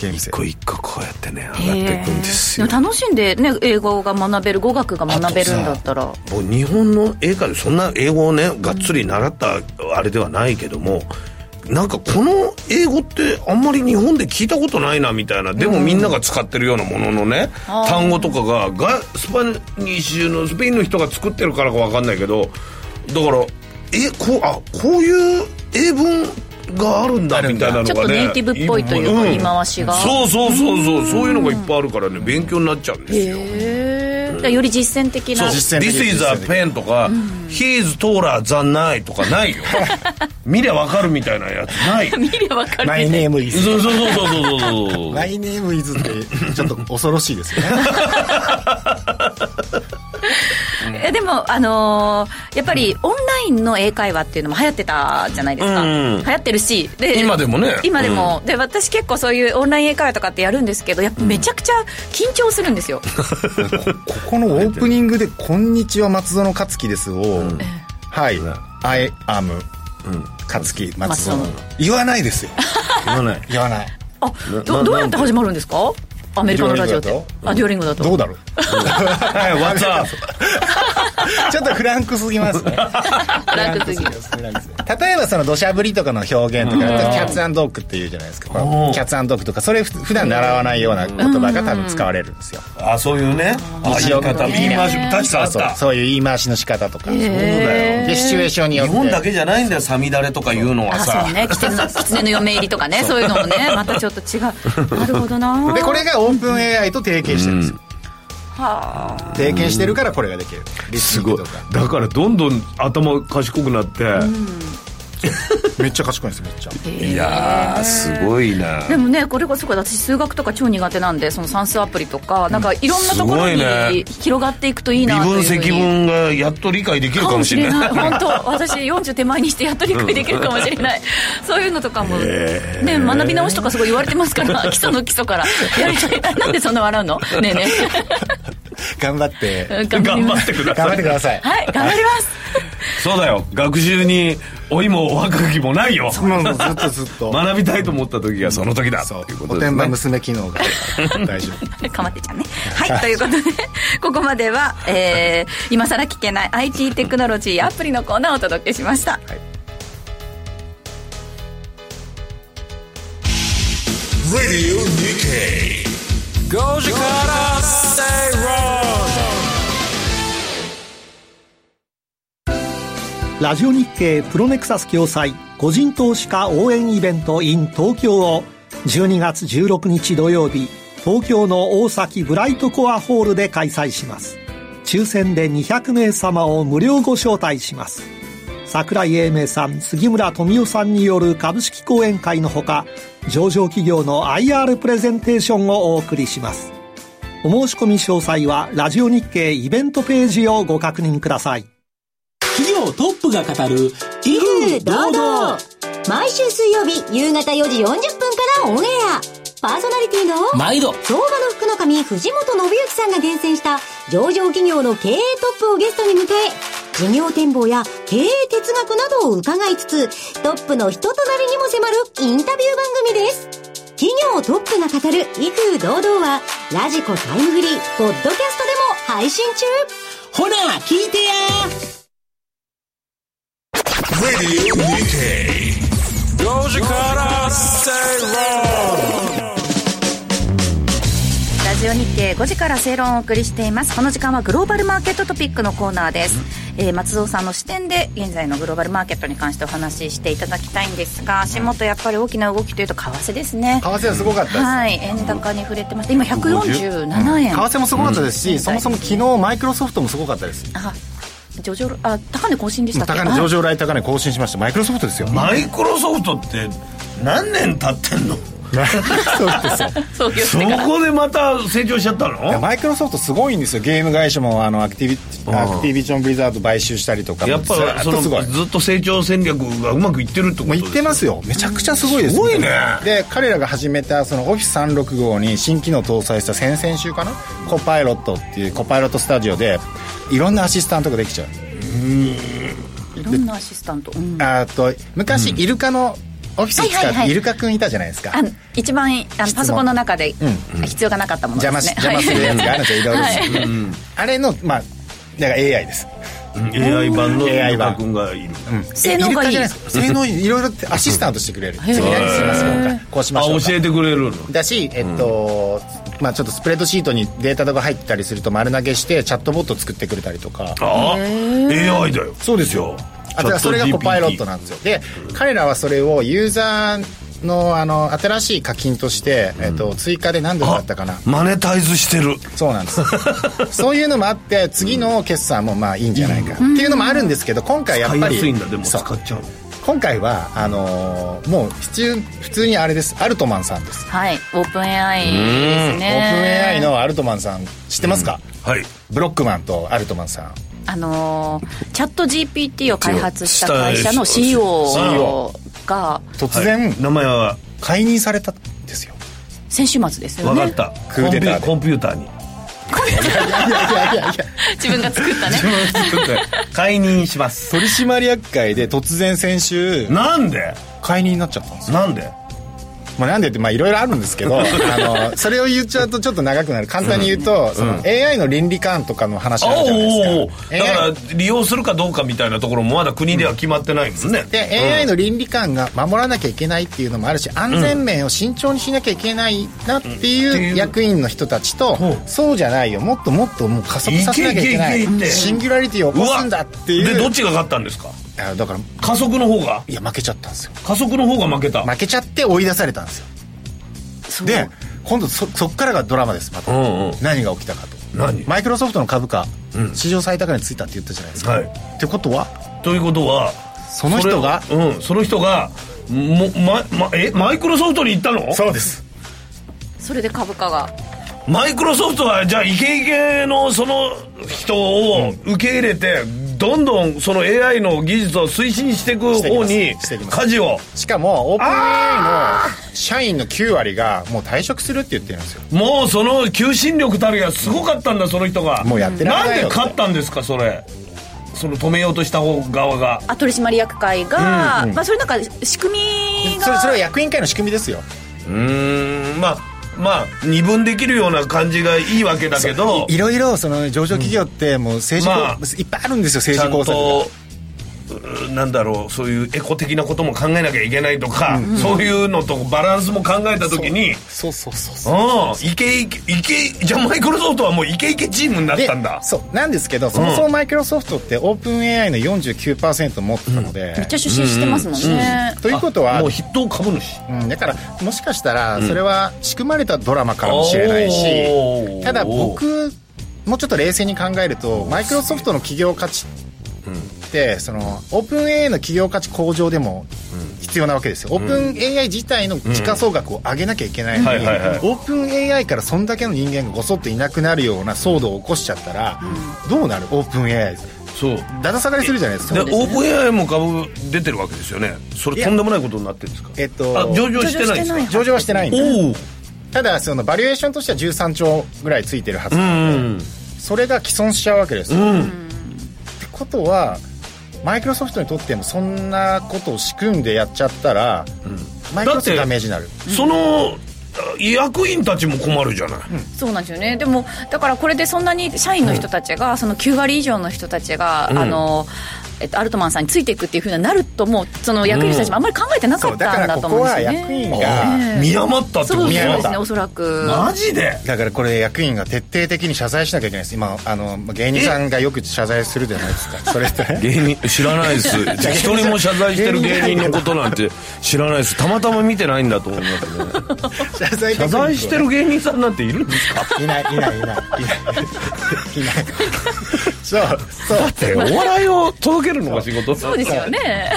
Speaker 2: ゲーム
Speaker 4: 一
Speaker 2: 性
Speaker 4: 個一個こうやってね
Speaker 3: あ。
Speaker 4: 上がっていくんですよ
Speaker 3: へえでも楽しんでね英語が学べる語学が学べるんだったら。
Speaker 4: もう日本の英会でそんな英語をねがっつり習ったあれではないけどもなんかこの英語ってあんまり日本で聞いたことないなみたいなでもみんなが使ってるようなもののね
Speaker 3: あー
Speaker 4: 単語とかががスパニッシュのスペインの人が作ってるからかわかんないけどだからえこうあこういう英文があるんだみたいなのがね
Speaker 3: ちょっとネイティブっぽいというか言い回しが
Speaker 4: そうそうそうそうそういうのがいっぱいあるからね勉強になっちゃうんですよ
Speaker 3: へえ。だからより実践的
Speaker 4: そう
Speaker 3: な。
Speaker 2: 実践的
Speaker 4: This is a
Speaker 2: 実践的
Speaker 4: pen とか、He's taller than I とかないよ見りゃわかるみたいなやつない
Speaker 3: <laughs> 見ればわかる。
Speaker 2: マイネームイズ
Speaker 4: そうそうそうそうそうそうそう
Speaker 2: マイネームイズってちょっと恐ろしいですよね
Speaker 3: えでも、あのーやっぱりオンラインの英会話っていうのも流行ってたじゃないですか、
Speaker 4: うん
Speaker 3: 流行ってるしで
Speaker 4: 今でもね
Speaker 3: 今でも、で私結構そういうオンライン英会話とかってやるんですけどやっぱめちゃくちゃ緊張するんですよ、
Speaker 2: ここのオープニングで「こんにちは松園克樹です」を「はい I am 克樹松園
Speaker 3: 松園」
Speaker 2: 言わないですよ
Speaker 4: 言わない
Speaker 2: 言わない
Speaker 3: あ
Speaker 4: な
Speaker 3: どどうやって始まるんですかアメリカのラジオって
Speaker 2: デュオリンゴだ
Speaker 3: あデュオリン
Speaker 2: ど
Speaker 3: ゴだと
Speaker 2: うだ <laughs> ろう
Speaker 4: はい What's up
Speaker 2: ちょっとフランクすぎますね
Speaker 3: 楽すぎる
Speaker 2: 例えばその土砂降りとかの表現とかだとキャッツアンドッグっていうじゃないですかこ
Speaker 4: お
Speaker 2: う
Speaker 4: ー
Speaker 2: キャッツアンドッグとかそれ普普段習わないような言葉が多分使われるんですよ
Speaker 4: あそういうねあ言い方言い回し確かあっ
Speaker 2: そう
Speaker 4: た
Speaker 2: そういう言い回しの仕方とか
Speaker 4: へ
Speaker 2: でシチュエーションによ
Speaker 4: 日
Speaker 2: って
Speaker 4: 本だけじゃないんだよさみだれとかいうのは
Speaker 3: あ
Speaker 4: さ
Speaker 3: そうね狐の狐の嫁入りとかねそういうのもねまたちょっと違うなるほどな
Speaker 2: でこれがオープン AI と提携してるんですよ
Speaker 3: はあ
Speaker 2: 提携してるからこれができるリス
Speaker 4: す
Speaker 2: ニン
Speaker 4: ごい
Speaker 2: グとか
Speaker 4: だからどんどん頭賢くなって、
Speaker 2: めっちゃ賢いんですよめっちゃ
Speaker 4: いやーすごいな
Speaker 3: でもねこれこそこれ私数学とか超苦手なんでその算数アプリとかなんかいろんなとこ
Speaker 4: すご
Speaker 3: ろ
Speaker 4: い
Speaker 3: に
Speaker 4: ね
Speaker 3: 広がっていくといい
Speaker 4: 微
Speaker 3: なと
Speaker 4: 分
Speaker 3: いうふうに
Speaker 4: 積分がやっと理解できるかもしれない
Speaker 3: 本当私40手前にしてやっと理解できるかもしれないそういうのとかも、ね、学び直しとかすごい言われてます
Speaker 4: <laughs>
Speaker 3: から基礎の基礎からやりたいなんでそんな笑うのねえね
Speaker 2: <laughs> 頑張って
Speaker 4: <laughs>
Speaker 3: え頑張ります
Speaker 4: てくだ
Speaker 2: 頑張ってください
Speaker 3: はい頑張ります
Speaker 4: そうだよ学習に老いも若きもないよ
Speaker 2: <laughs> もうずっとずっと
Speaker 4: 学びたいと思った時がその時だ
Speaker 2: そう
Speaker 4: というこ
Speaker 2: お
Speaker 4: と
Speaker 2: て
Speaker 4: です
Speaker 2: ん
Speaker 4: ね
Speaker 2: ば娘機能があるから大丈夫
Speaker 3: かまってちゃんね。はい、ということで、ここまでは、えー、今更聞けない IT テクノロジーアプリのコーナーをお届けしました。
Speaker 1: Radio Nikkei. Goji Kara Say Wrong.
Speaker 5: ラジオ日経プロネクサス共催個人投資家応援イベント in 東京を12月16日土曜日東京の大崎ブライトコアホールで開催します抽選で200名様を無料ご招待します桜井英明さん杉村富夫さんによる株式講演会のほか上場企業の IR プレゼンテーションをお送りしますお申し込み詳細はラジオ日経イベントページをご確認ください
Speaker 1: 日本
Speaker 6: 企業
Speaker 1: 放送
Speaker 6: トップが語る威風堂々
Speaker 7: 毎週水曜日夕方4時40分からオンエアパーソナリティの
Speaker 6: 毎度
Speaker 7: 相場の福の神藤本信之さんが厳選した上場企業の経営トップをゲストに迎え事業展望や経営哲学などを伺いつつトップの人となりにも迫るインタビュー番組です企業トップが語る威風堂々はラジコタイムフリーポッドキャストでも配信中
Speaker 6: ほな聞いてや
Speaker 1: Radio Nikkei. Goji Kara Stay Wrong.
Speaker 3: ラジオ日経5時から正論をお送りしていますこの時間はグローバルマーケットトピックのコーナーです、えー松尾さんの視点で現在のグローバルマーケットに関してお話ししていただきたいんですが足元やっぱり大きな動きというと為替ですね
Speaker 2: 為替はすごかったです、
Speaker 3: はい円高に触れてました今147円、
Speaker 2: 為替もすごかったですし、
Speaker 3: うん
Speaker 2: そもそも昨日マイクロソフトもすごかったです
Speaker 3: あ上場あ高値更新でしたっけ
Speaker 2: 高値
Speaker 3: あ
Speaker 2: 上場来高値更新しましたマイクロソフトですよ
Speaker 4: マイクロソフトって何年経ってんの
Speaker 2: <laughs> マイクロソフトですよ
Speaker 3: そういう
Speaker 4: そこでまた成長しちゃった
Speaker 2: いや
Speaker 4: の
Speaker 2: マイクロソフトすごいんですよゲーム会社もあのアクティビアクティビジョン・ブリザード買収したりとか
Speaker 4: やっぱ
Speaker 2: ず
Speaker 4: そ
Speaker 2: っ
Speaker 4: の
Speaker 2: とすごい
Speaker 4: ずっと成長戦略がうまくいってるってこと
Speaker 2: もう言ってますよめちゃくちゃすごいです
Speaker 4: すごいね
Speaker 2: で彼らが始めたその Office365 に新機能搭載した先々週かなコパイロットっていうコパイロットスタジオでいろんなアシスタントができちゃう
Speaker 3: いろんなアシスタント、うん
Speaker 2: あと昔、イルカのオフィス使って、
Speaker 3: はいはいはい
Speaker 2: イルカくんいたじゃないですか
Speaker 3: あ一番あのパソコンの中で
Speaker 2: う
Speaker 3: 必要がなかったもので
Speaker 2: 邪魔
Speaker 3: す
Speaker 2: し邪魔
Speaker 3: ね
Speaker 2: するやつがあるじゃんいろいろ
Speaker 3: はい
Speaker 2: です、あれのまあだから AI です
Speaker 4: うん AI 版の
Speaker 2: AI
Speaker 4: 伊
Speaker 2: 版
Speaker 4: 田君がいる
Speaker 3: 性能がいい
Speaker 2: イルカじゃなです性能いいいろいろってアシスタントしてくれる次何しますよとかこうしま
Speaker 4: あ
Speaker 2: しょうか
Speaker 4: 教えてくれるの
Speaker 2: だし、えっとまあ、ちょっとスプレッドシートにデータとか入ってたりすると丸投げしてチャットボット作ってくれたりとか
Speaker 4: ああ AI だよ
Speaker 2: そうですよあだからそれがコパイロットなんですよで彼らはそれをユーザーのあの新しい課金として、えっと、追加で何ドルだったかな
Speaker 4: マネタイズしてる
Speaker 2: そうなんです
Speaker 4: <laughs>
Speaker 2: そういうのもあって次の決算もまあいいんじゃないかっていうのもあるんですけど今回やっ
Speaker 4: 買い
Speaker 2: ぱ
Speaker 4: や
Speaker 2: り
Speaker 4: すいんだでも
Speaker 2: そ
Speaker 4: 使
Speaker 2: う
Speaker 4: っちゃう
Speaker 2: 今回はあのーもう普通普通にあれですアルトマンさんです、
Speaker 3: はいオープン AI です
Speaker 2: オープン
Speaker 3: ね
Speaker 2: AI のアルトマンさん知ってますか、
Speaker 4: はい
Speaker 2: ブロックマンとアルトマンさん
Speaker 3: あのーチャット GPT を開発した会社の CEO が
Speaker 2: 突然
Speaker 4: 名前は
Speaker 2: 解任されたんですよ
Speaker 3: 先週末ですよ
Speaker 4: 分かっ
Speaker 3: ね
Speaker 4: た
Speaker 2: クーデターで
Speaker 4: コンピューコンピュータ
Speaker 2: <laughs>
Speaker 4: ーに
Speaker 2: いやいやいやいや
Speaker 3: 自分が作ったね
Speaker 2: <laughs>
Speaker 4: 解任します
Speaker 2: 取締役会で突然先週
Speaker 4: なんで
Speaker 2: 解任になっちゃったんですよ、
Speaker 4: なんで
Speaker 2: まあ、なんでってまあいろいろあるんですけどあのそれを言っちゃうとちょっと長くなる簡単に言うと、その AI の倫理観とかの話あるじゃない
Speaker 4: お
Speaker 2: ですか
Speaker 4: ーだか
Speaker 2: AI
Speaker 4: ら利用するかどうかみたいなところもまだ国では決まってないもんね、
Speaker 2: で AI の倫理観が守らなきゃいけないっていうのもあるし安全面を慎重にしなきゃいけないなっていう役員の人たちと
Speaker 4: うん
Speaker 2: そうじゃないよもっともっともう加速させなきゃいけない
Speaker 4: けいけいけいけ
Speaker 2: シンギュラリティを起こすんだっていう
Speaker 4: でどっちが勝ったんですか
Speaker 2: いやだから
Speaker 4: 加速の方が
Speaker 2: いや負けちゃったんですよ
Speaker 4: 加速の方が負けた、
Speaker 2: 負けちゃって追い出されたんですよ
Speaker 3: そう
Speaker 2: で今度そそっからがドラマですまた、
Speaker 4: うんうん
Speaker 2: 何が起きたかと
Speaker 4: 何
Speaker 2: マイクロソフトの株価、史上最高値ついたって言ったじゃないですか、
Speaker 4: はい
Speaker 2: ってことは
Speaker 4: ということは
Speaker 2: その人が
Speaker 4: それうんその人がもままえマイクロソフトに行ったの
Speaker 2: うです
Speaker 3: それで株価が
Speaker 4: マイクロソフトはじゃあイケイケのその人を受け入れて、どんどんその AI の技術を推進していく方に
Speaker 2: していきます
Speaker 4: 舵を
Speaker 2: しかもオープン AI の社員の9割がもう退職するって言ってるんですよ
Speaker 4: もうその求心力たるやすごかったんだその人が
Speaker 2: もうやってられ
Speaker 4: なん
Speaker 2: ない
Speaker 4: で
Speaker 2: よ
Speaker 4: 勝ったんですかそれその止めようとした方側が
Speaker 3: あ取締役会が、まあ、それなんか仕組み
Speaker 2: それ
Speaker 3: が
Speaker 2: それは役員会の仕組みですよ
Speaker 4: うーんまあまあ二分できるような感じがいいわけだけど
Speaker 2: いろいろその上場企業ってもう政治、
Speaker 4: まあ
Speaker 2: いっぱいあるんですよ
Speaker 4: ち
Speaker 2: 政
Speaker 4: ゃ
Speaker 2: 治
Speaker 4: ん
Speaker 2: 工作
Speaker 4: とうーなんだろうそういうエコ的なことも考えなきゃいけないとか、そういうのとバランスも考えた時に
Speaker 2: そうそうそうそう
Speaker 4: うんイケイケイケじゃあマイクロソフトはもうイケイケチームになっ
Speaker 2: で
Speaker 4: たんだ
Speaker 2: そうなんですけどそもそもマイクロソフトってオープン AI の49%持ってたので、
Speaker 3: めっちゃ出資してますもんね、
Speaker 2: ということは
Speaker 4: もう筆頭株主
Speaker 2: うん、だからもしかしたらそれは仕組まれたドラマかもしれないし、
Speaker 4: おー
Speaker 2: ただ僕もうちょっと冷静に考えるとマイクロソフトの企業価値ってそのオープン AI の企業価値向上でも必要なわけですよオープン AI 自体の時価総額を上げなきゃいけないのに
Speaker 4: うんはいはいはい
Speaker 2: オープン AI からそんだけの人間がごそっといなくなるような騒動を起こしちゃったらどうなるオープン AI
Speaker 4: そう
Speaker 2: だだ下がりするじゃないです
Speaker 4: で
Speaker 2: か
Speaker 4: オープン AI も株出てるわけですよねそれとんでもないことになってるんですか
Speaker 2: えっと
Speaker 4: あ上場してないんですか
Speaker 2: 上場はしてないんです
Speaker 4: おお
Speaker 2: ただそのバリエーションとしては13兆ぐらいついてるはず
Speaker 4: う
Speaker 2: なんで、
Speaker 4: ん
Speaker 2: それが既存しちゃうわけですよ、
Speaker 4: う
Speaker 2: っ
Speaker 4: ん
Speaker 2: てことはマイクロソフトにとってもそんなことを仕組んでやっちゃったら、マイクロソフトダメージになる
Speaker 4: その役員たちも困るじゃない、
Speaker 8: そうなんですよねでもだからこれでそんなに社員の人たちが、その9割以上の人たちが、あのえっと、アルトマンさんについていくっていうふうになるともうその役員の人たちもあんまり考えてなか
Speaker 2: そう
Speaker 8: っ
Speaker 2: だ
Speaker 8: た
Speaker 2: か
Speaker 8: んだ
Speaker 2: ら
Speaker 8: と
Speaker 2: こ
Speaker 8: 思
Speaker 2: こ
Speaker 8: うんで
Speaker 2: は
Speaker 8: すよ
Speaker 2: 役員
Speaker 8: ね。
Speaker 2: が
Speaker 4: 見余ったって
Speaker 8: そ
Speaker 4: こと
Speaker 8: うそう
Speaker 4: ね
Speaker 8: ですね
Speaker 2: 見
Speaker 8: おそらく
Speaker 4: マジで
Speaker 2: だからこれ役員が徹底的に謝罪しなきゃいけないです今あのまあ芸人さんがよく謝罪するじゃないですかそれって
Speaker 4: 芸人知らないです一人も謝罪してる芸人のことなんて知らないですたまたま見てないんだと思いますね
Speaker 2: 謝罪
Speaker 4: <laughs> 謝罪してる芸人さんなんているんですか
Speaker 2: いないいないいないいないいないそうそうだって
Speaker 4: お笑いを届けるのが仕事
Speaker 8: そうですよね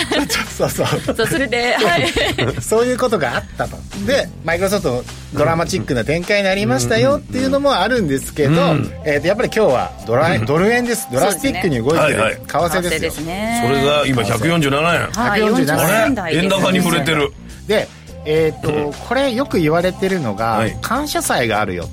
Speaker 2: そうそう
Speaker 8: そうそれではい
Speaker 2: <laughs> そういうことがあったとでマイクロソフトドラマチックな展開になりましたよっていうのもあるんですけど、えーとやっぱり今日はドラ、ドル円ですドラスティックに動いて
Speaker 4: はいは
Speaker 2: る
Speaker 4: い
Speaker 2: 為替ですよ、
Speaker 8: ね
Speaker 4: それが今147円
Speaker 8: はい47
Speaker 2: 147
Speaker 8: 円
Speaker 4: あ
Speaker 8: 台
Speaker 4: れ円高に触れてる
Speaker 2: で、えーとこれよく言われてるのが、
Speaker 4: はい
Speaker 2: 感謝祭があるよ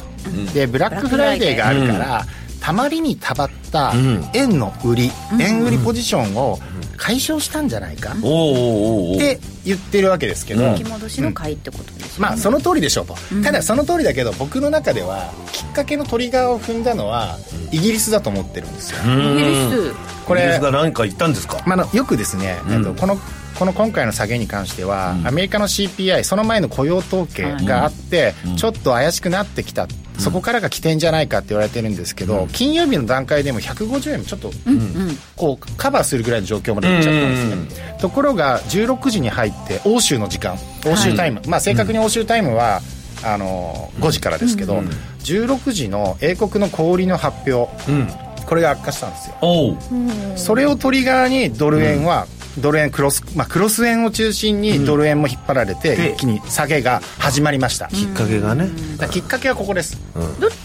Speaker 2: と、でブラックフライデーがあるから、たまりにたまった円の売り、円売りポジションを解消したんじゃないかっ
Speaker 4: おおおうおうおう
Speaker 2: て言ってるわけですけど、
Speaker 4: うん
Speaker 8: 引き戻しの買いってことですよね
Speaker 2: まあその通りでしょうと、ただその通りだけど僕の中ではきっかけのトリガーを踏んだのはイギリスだと思ってるんですよ、
Speaker 8: イギリス
Speaker 2: これ
Speaker 4: イギリスが何か言ったんですか
Speaker 2: まああの、よくですね、えっとこのこの今回の下げに関しては、アメリカの CPI その前の雇用統計があって、ちょっと怪しくなってきた、そこからが起点じゃないかって言われてるんですけど、金曜日の段階でも150円もちょっと、こうカバーするぐらいの状況までいっちゃったんですね、ところが16時に入って欧州の時間欧州タイム、まあ、正確に欧州タイムは、あの5時からですけど、16時の英国の小売りの発表、これが悪化したんですよ
Speaker 4: おう
Speaker 2: それをトリガーにドル円は、ドル円クロス、まあ、クロス円を中心にドル円も引っ張られて、一気に下げが始まりました、
Speaker 4: きっかけがね
Speaker 2: だからきっかけはここです、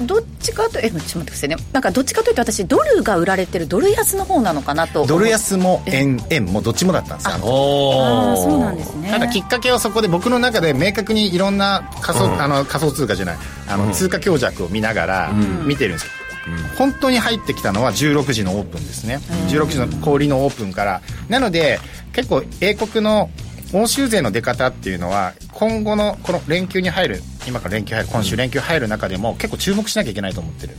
Speaker 8: どどっちかとえちょっと待ってくださいねなんかどっちかというと私ドルが売られてるドル安の方なのかなと
Speaker 2: ドル安も円円もどっちもだったんですよあの
Speaker 4: お
Speaker 8: あ
Speaker 4: お
Speaker 8: あそうなんですね
Speaker 2: ただきっかけはそこで僕の中で明確にいろんな仮想,、あの仮想通貨じゃないあの通貨強弱を見ながら見てるんですよ、本当に入ってきたのは16時のオープンですね、16時の氷のオープンからなので結構英国の欧州勢の出方っていうのは今後のこの連休に入る今から連休入る今週連休入る中でも結構注目しなきゃいけないと思ってる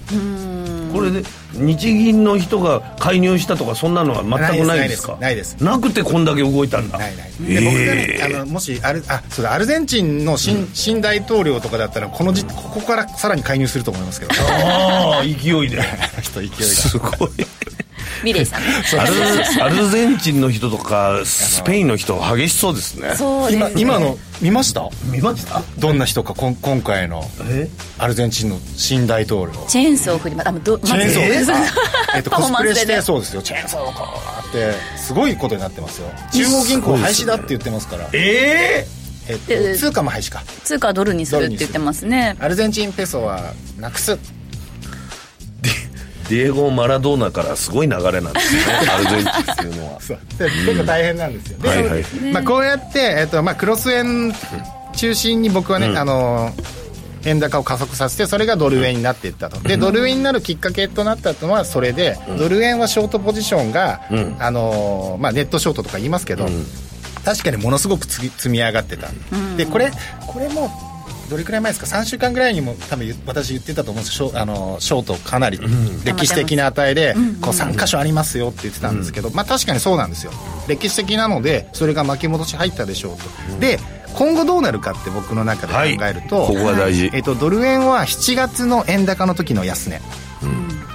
Speaker 4: これで日銀の人が介入したとかそんなのは全くないですか
Speaker 2: ないです
Speaker 4: なくてこんだけ動いたんだ
Speaker 2: ないないで僕がね、
Speaker 4: ええ
Speaker 2: あのもしアルあそうだアルゼンチンの新,、新大統領とかだったらこのじここからさらに介入すると思いますけど
Speaker 4: ああ勢いで
Speaker 2: 人 <laughs> 勢いが
Speaker 4: すごい
Speaker 8: ミレイさんね
Speaker 4: アルアルゼンチンの人とかスペインの人激しそうですね
Speaker 8: そうです
Speaker 2: 今今の見ました
Speaker 4: 見ました
Speaker 2: どんな人かこん今回の
Speaker 4: え
Speaker 2: アルゼンチンの新大統領
Speaker 8: チェーンソーを振りまあど
Speaker 2: チェーンソー
Speaker 8: ま
Speaker 2: で
Speaker 8: ず
Speaker 2: す
Speaker 8: <laughs>
Speaker 2: えっと
Speaker 8: パ
Speaker 2: コ
Speaker 8: フォー
Speaker 2: ス
Speaker 8: マ
Speaker 2: プ
Speaker 8: ン
Speaker 2: レ
Speaker 8: ス
Speaker 2: して
Speaker 8: で
Speaker 2: そうですよチェーンソーをこうやってすごいことになってますよ中央銀行廃止だって言ってますから
Speaker 4: ええ
Speaker 2: えっと
Speaker 8: で
Speaker 2: 通貨も廃止か
Speaker 8: 通貨はドルにするって言ってますね
Speaker 2: アルゼンチンペソはなくす
Speaker 4: ディエゴ・マラドーナからすごい流れなん
Speaker 2: <laughs>
Speaker 4: ですねアルゼンチンっていうのは
Speaker 2: そうで結構大変なんですよ、で
Speaker 4: はいはい
Speaker 2: まあ、こうやって、えっとまあ、クロス円中心に僕はね、あの円高を加速させてそれがドル円になっていったとでドル円になるきっかけとなったのはそれで、ドル円はショートポジションが、あのまあ、ネットショートとか言いますけど、確かにものすごくつぎ積み上がってた、でこれこれもどれくらい前ですか3週間ぐらいにも多分言私言ってたと思うんですショあのショートかなり歴史的な値でこう3箇所ありますよって言ってたんですけど、まあ、確かにそうなんですよ歴史的なのでそれが巻き戻し入ったでしょうとで今後どうなるかって僕の中で考えると、
Speaker 4: はいここが大事
Speaker 2: えっとドル円は7月の円高の時の安値、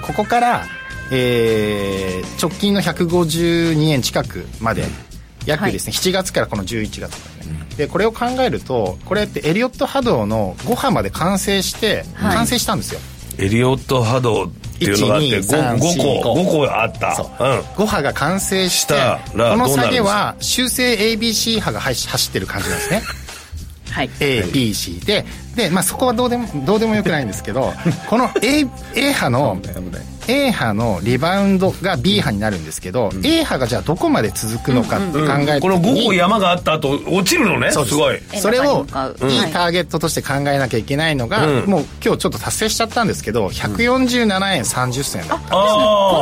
Speaker 2: ここから、えー直近の152円近くまで約ですね、7月からこの11月までね、でこれを考えるとこれってエリオット波動の5波まで完成して、
Speaker 8: はい
Speaker 2: 完成したんですよ
Speaker 4: エリオット波動っていうのがあって
Speaker 2: 1 2 3
Speaker 4: 5,
Speaker 2: 4 5
Speaker 4: 個5個あった
Speaker 2: そう、
Speaker 4: うん
Speaker 2: 5波が完成して
Speaker 4: したら
Speaker 2: この
Speaker 4: どう
Speaker 2: 下
Speaker 4: なるんですか
Speaker 2: げは修正 ABC 波が走走ってる感じなんですね
Speaker 8: はい
Speaker 2: ABC でで、まあ、そこはどうでもどうでもよくないんですけどこの A, A 波の A 波のリバウンドが B 波になるんですけど、A 波がじゃあどこまで続くのかって考えた時に、
Speaker 4: この5個山があった後落ちるのねす
Speaker 2: そうです
Speaker 4: ごい
Speaker 8: 円
Speaker 2: それ
Speaker 8: 高に
Speaker 2: を
Speaker 8: 向かう
Speaker 2: い
Speaker 8: はいい
Speaker 2: ターゲットとして考えなきゃいけないのが、
Speaker 4: うん
Speaker 2: もう今日ちょっと達成しちゃったんですけど147円30銭だった
Speaker 8: こ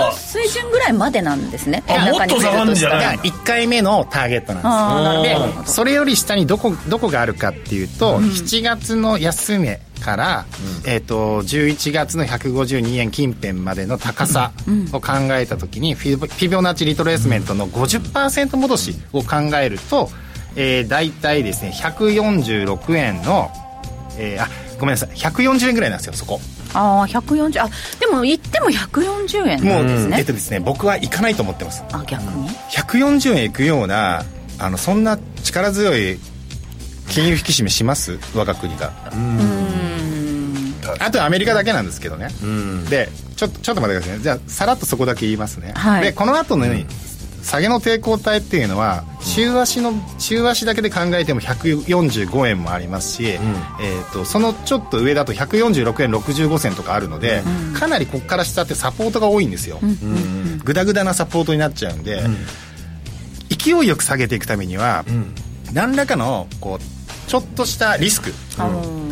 Speaker 4: あ
Speaker 8: の水準ぐらいまでなんですね
Speaker 4: あ
Speaker 8: 円高に
Speaker 4: もっと下がるんじゃない
Speaker 2: が1回目のターゲットなん
Speaker 8: あーなるほど
Speaker 2: ですでそれより下にどこどこがあるかっていうと、7月の安値から、えー、と11月の152円近辺までの高さを考えた時にフィボフィボナッチリトレースメントの50%戻しを考えると、えー、大体ですね146円の、えーあごめんなさい140円ぐらいなんですよそこ
Speaker 8: ああ140あでも行っても140円
Speaker 2: も
Speaker 8: な
Speaker 2: う、
Speaker 8: んです
Speaker 2: え
Speaker 8: ね
Speaker 2: っとですね僕は行かないと思ってます
Speaker 8: あ逆に
Speaker 2: 140円いくようなあのそんな力強い金融引き締めします我が国があとはアメリカだけなんですけどねでちょっとちょっと待ってくださいねじゃあさらっとそこだけ言いますね、
Speaker 8: はい
Speaker 2: でこの後のね、下げの抵抗体っていうのは週足の週足だけで考えても145円もありますし、えー、とそのちょっと上だと146円65銭とかあるので、かなりここから下ってサポートが多いんですよ、グダグダなサポートになっちゃうんで、勢いよく下げていくためには、何らかのこうちょっとしたリスク、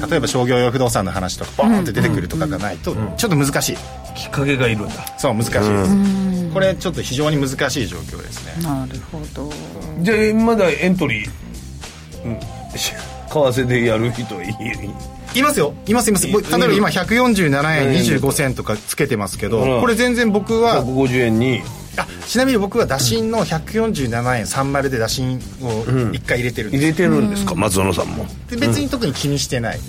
Speaker 2: 例えば商業用不動産の話とかバーンって出てくるとかがないと、ちょっと難しい
Speaker 4: あきっかけがいるんだ
Speaker 2: そう難しいです、これちょっと非常に難しい状況ですね
Speaker 8: なるほど
Speaker 4: じゃあまだエントリー、うん、し為替でやる人いい
Speaker 2: いますよいますいます
Speaker 4: い
Speaker 2: 僕例えば今147円
Speaker 4: うん
Speaker 2: 25銭とかつけてますけど、
Speaker 4: うん
Speaker 2: これ全然僕は
Speaker 4: 150円に
Speaker 2: あちなみに僕は打診の147円30で打診を1回入れてるんですよ
Speaker 4: 入れてるんですか松園さんも
Speaker 2: で別に特に気にしてない、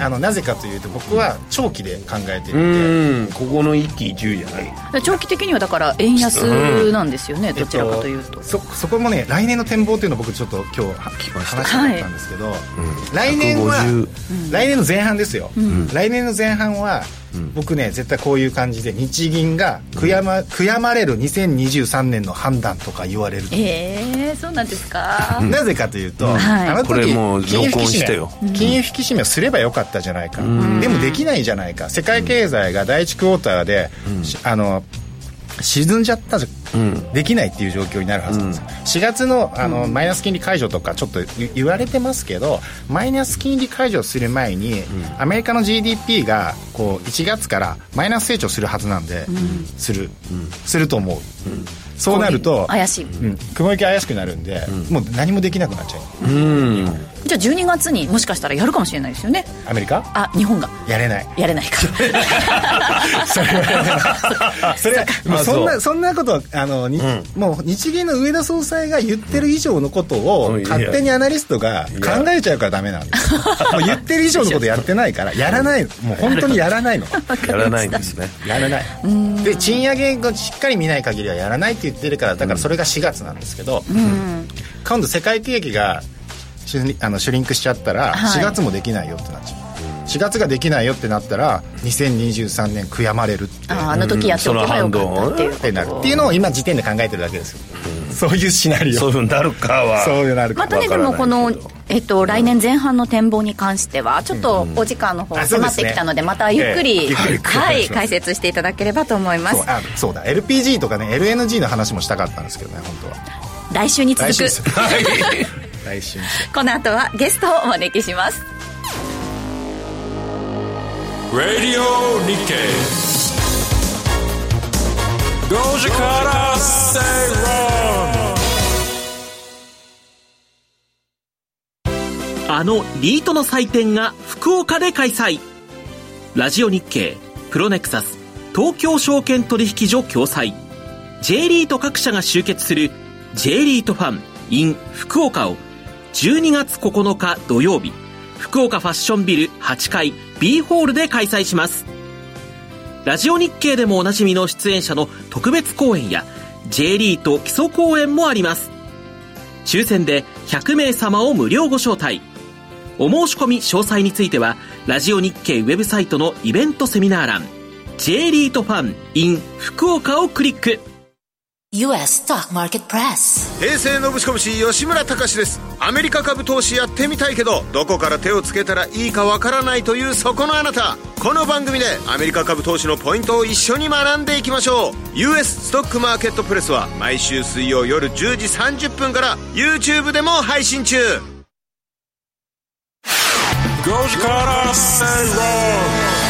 Speaker 2: あのなぜかというと僕は長期で考えてる
Speaker 4: うん
Speaker 2: で、
Speaker 4: んここの一喜一憂じゃない
Speaker 8: 長期的にはだから円安なんですよね、どちらかというと、
Speaker 2: そそこもね来年の展望というのを僕ちょっと今日は話したかったんですけど、来年は、来年の前半ですよ、来年の前半は、僕ね絶対こういう感じで日銀が悔やま,、悔やまれる2023年の判断とか言われると
Speaker 8: ええそうなんですか
Speaker 2: なぜかというと、
Speaker 8: はい
Speaker 2: あの時
Speaker 4: これもう
Speaker 2: 金融引き
Speaker 4: 録
Speaker 2: 締
Speaker 4: 音
Speaker 2: め
Speaker 4: してよ
Speaker 2: 金融引き締めをすればよかったじゃないか、でもできないじゃないか世界経済が第一クォーターで、しあの沈んじゃったじゃ、ん、できないっていう状況になるはずなんですよ、4月のあの、マイナス金利解除とかちょっと言言われてますけどマイナス金利解除する前に、アメリカの GDP がこう1月からマイナス成長するはずなんで、する、すると思う、そうなると
Speaker 8: 怪しい
Speaker 2: うん、雲行き怪しくなるんで、もう何もできなくなっちゃう
Speaker 4: うん
Speaker 8: じゃあ12月にもしかしたらやるかもしれないですよね
Speaker 2: アメリカ
Speaker 8: あ日本が
Speaker 2: やれ
Speaker 4: <laughs>
Speaker 2: ない
Speaker 8: やれ
Speaker 2: <laughs>
Speaker 8: ないか
Speaker 2: それもう
Speaker 4: あ
Speaker 2: そん
Speaker 4: そ
Speaker 2: な
Speaker 4: う
Speaker 2: そんなことあの、にもう日銀の上田総裁が言ってる以上のことを、
Speaker 4: うん
Speaker 2: 勝手にアナリストが考えちゃうからダメなんですよもう言ってる以上のことやってないからやらないのもう本当にやらないの
Speaker 4: やらないんですね
Speaker 2: やらないで賃上げがしっかり見ない限りはやらないって言ってるからだからそれが4月なんですけど、今度世界景気がシュリあのシュリンクしちゃったら
Speaker 8: はい
Speaker 2: 4月もできないよってなっちゃう、4月ができないよってなったら2023年悔やまれるって
Speaker 8: ああの時やっておけばよかったっていう
Speaker 2: ってなるっていうのを今時点で考えてるだけですよ、そういうシナリオ
Speaker 4: そういうふうになるかは
Speaker 2: そういうなる
Speaker 8: またね
Speaker 4: わ
Speaker 8: で
Speaker 4: からない
Speaker 8: もこの
Speaker 4: けど、
Speaker 8: えっと、来年前半の展望に関してはちょっとお時間の方
Speaker 2: あそうで
Speaker 8: 迫っ
Speaker 2: すね
Speaker 8: てきたのでまたゆっく
Speaker 2: ええ
Speaker 8: り、
Speaker 2: ゆっくり
Speaker 8: は
Speaker 2: お願い
Speaker 8: い、
Speaker 2: します
Speaker 8: 解説していただければと思いま
Speaker 2: そ
Speaker 8: す
Speaker 2: うあそうだ LPG とかね LNG の話もしたかったんですけどね本当は
Speaker 8: 来週に続
Speaker 2: 来週
Speaker 8: く
Speaker 2: です
Speaker 3: <laughs>
Speaker 2: 来週に
Speaker 8: この後はゲストをお招きします
Speaker 1: Radio Nikkei. Doja Cat, I say wrong.
Speaker 6: あのリートの祭典が福岡で開催ラジオ日経プロネクサス東京証券取引所共催 J リート各社が集結する J リートファン in 福岡を12月9日土曜日福岡ファッションビル8階 B ホールで開催しますラジオ日経でもおなじみの出演者の特別公演や J リート基礎公演もあります抽選で100名様を無料ご招待お申し込み詳細については、ラジオ日経ウェブサイトのイベントセミナー欄、J リートファン in 福岡をクリック。
Speaker 9: US Stock Market Press
Speaker 10: 平成のぶしこぶし吉村隆ですアメリカ株投資やってみたいけどどこから手をつけたらいいかわからないというそこのあなたこの番組でアメリカ株投資のポイントを一緒に学んでいきましょう US ストックマーケットプレスは毎週水曜夜10時30分から YouTube でも配信中
Speaker 1: Gojikara Seiron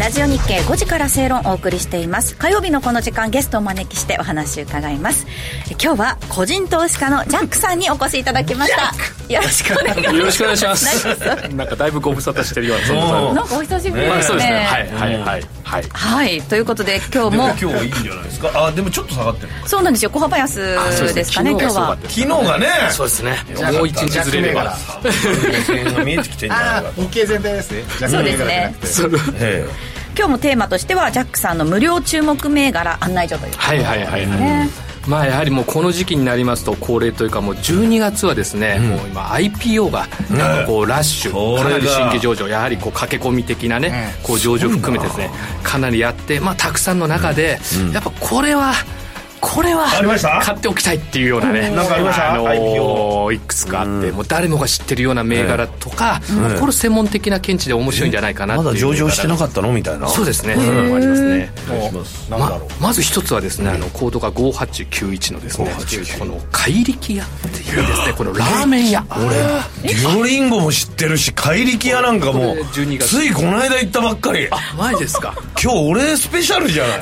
Speaker 3: ラジオ日経5時から正論をお送りしています火曜日のこの時間ゲストをお招きしてお話を伺いますえ今日は個人投資家のジャックさんにお越しいただきましたよろしくお願いします
Speaker 11: よろしくお願いします
Speaker 3: 何それ。
Speaker 11: <laughs> なんかだいぶご無沙汰してるような存在
Speaker 3: なんかお久しぶり
Speaker 11: ま
Speaker 3: で
Speaker 11: あ
Speaker 3: す
Speaker 11: そう
Speaker 3: ね
Speaker 11: ですね。はいはいはいはい。
Speaker 3: はいということで今日も
Speaker 4: 今日いいんじゃないですかあでもちょっと下がってる
Speaker 3: そうなんですよ小幅安ですかね今日は
Speaker 4: 昨日がね
Speaker 11: そうですね。もう一日ずれれば。
Speaker 4: 円が見えてきてんじゃない
Speaker 2: あ
Speaker 4: か
Speaker 2: あ日経全体ですね
Speaker 3: そうですね
Speaker 11: そう
Speaker 4: え
Speaker 3: 今日もテーマとしてはジャックさんの無料注目銘柄案内所という
Speaker 11: はいはいはいはい、まあやはりもうこの時期になりますと恒例というかもう12月はですね、もう今 IPO がなんかこうラッシュ、
Speaker 4: そ
Speaker 11: かな
Speaker 4: れが
Speaker 11: り新規上場やはりこう駆け込み的なね、こう上場含めてですねかなりやってまあたくさんの中で、やっぱこれはこれは
Speaker 4: ありました
Speaker 11: 買っておきたいっていうようなね
Speaker 4: なんかありました
Speaker 11: のーいくつかあって、もう誰もが知ってるような銘柄とか、まあこれ専門的な見地で面白いんじゃないかな
Speaker 4: え
Speaker 11: っ
Speaker 4: ま
Speaker 11: ていう
Speaker 4: だ上場してな
Speaker 11: っ
Speaker 4: かったのみたいな
Speaker 11: たそう
Speaker 4: で
Speaker 11: ですね、そういうのもありますね
Speaker 4: す
Speaker 11: ままず一つはですね、あのコードが5891のですねこの怪力屋っていうですねこのラーメン <laughs> 屋
Speaker 4: デュオリンゴも知ってるし怪力屋なんかも
Speaker 11: これ12月
Speaker 4: ついこの間行ったばっかり
Speaker 11: あマジですか
Speaker 4: 今日俺スペシャルじゃない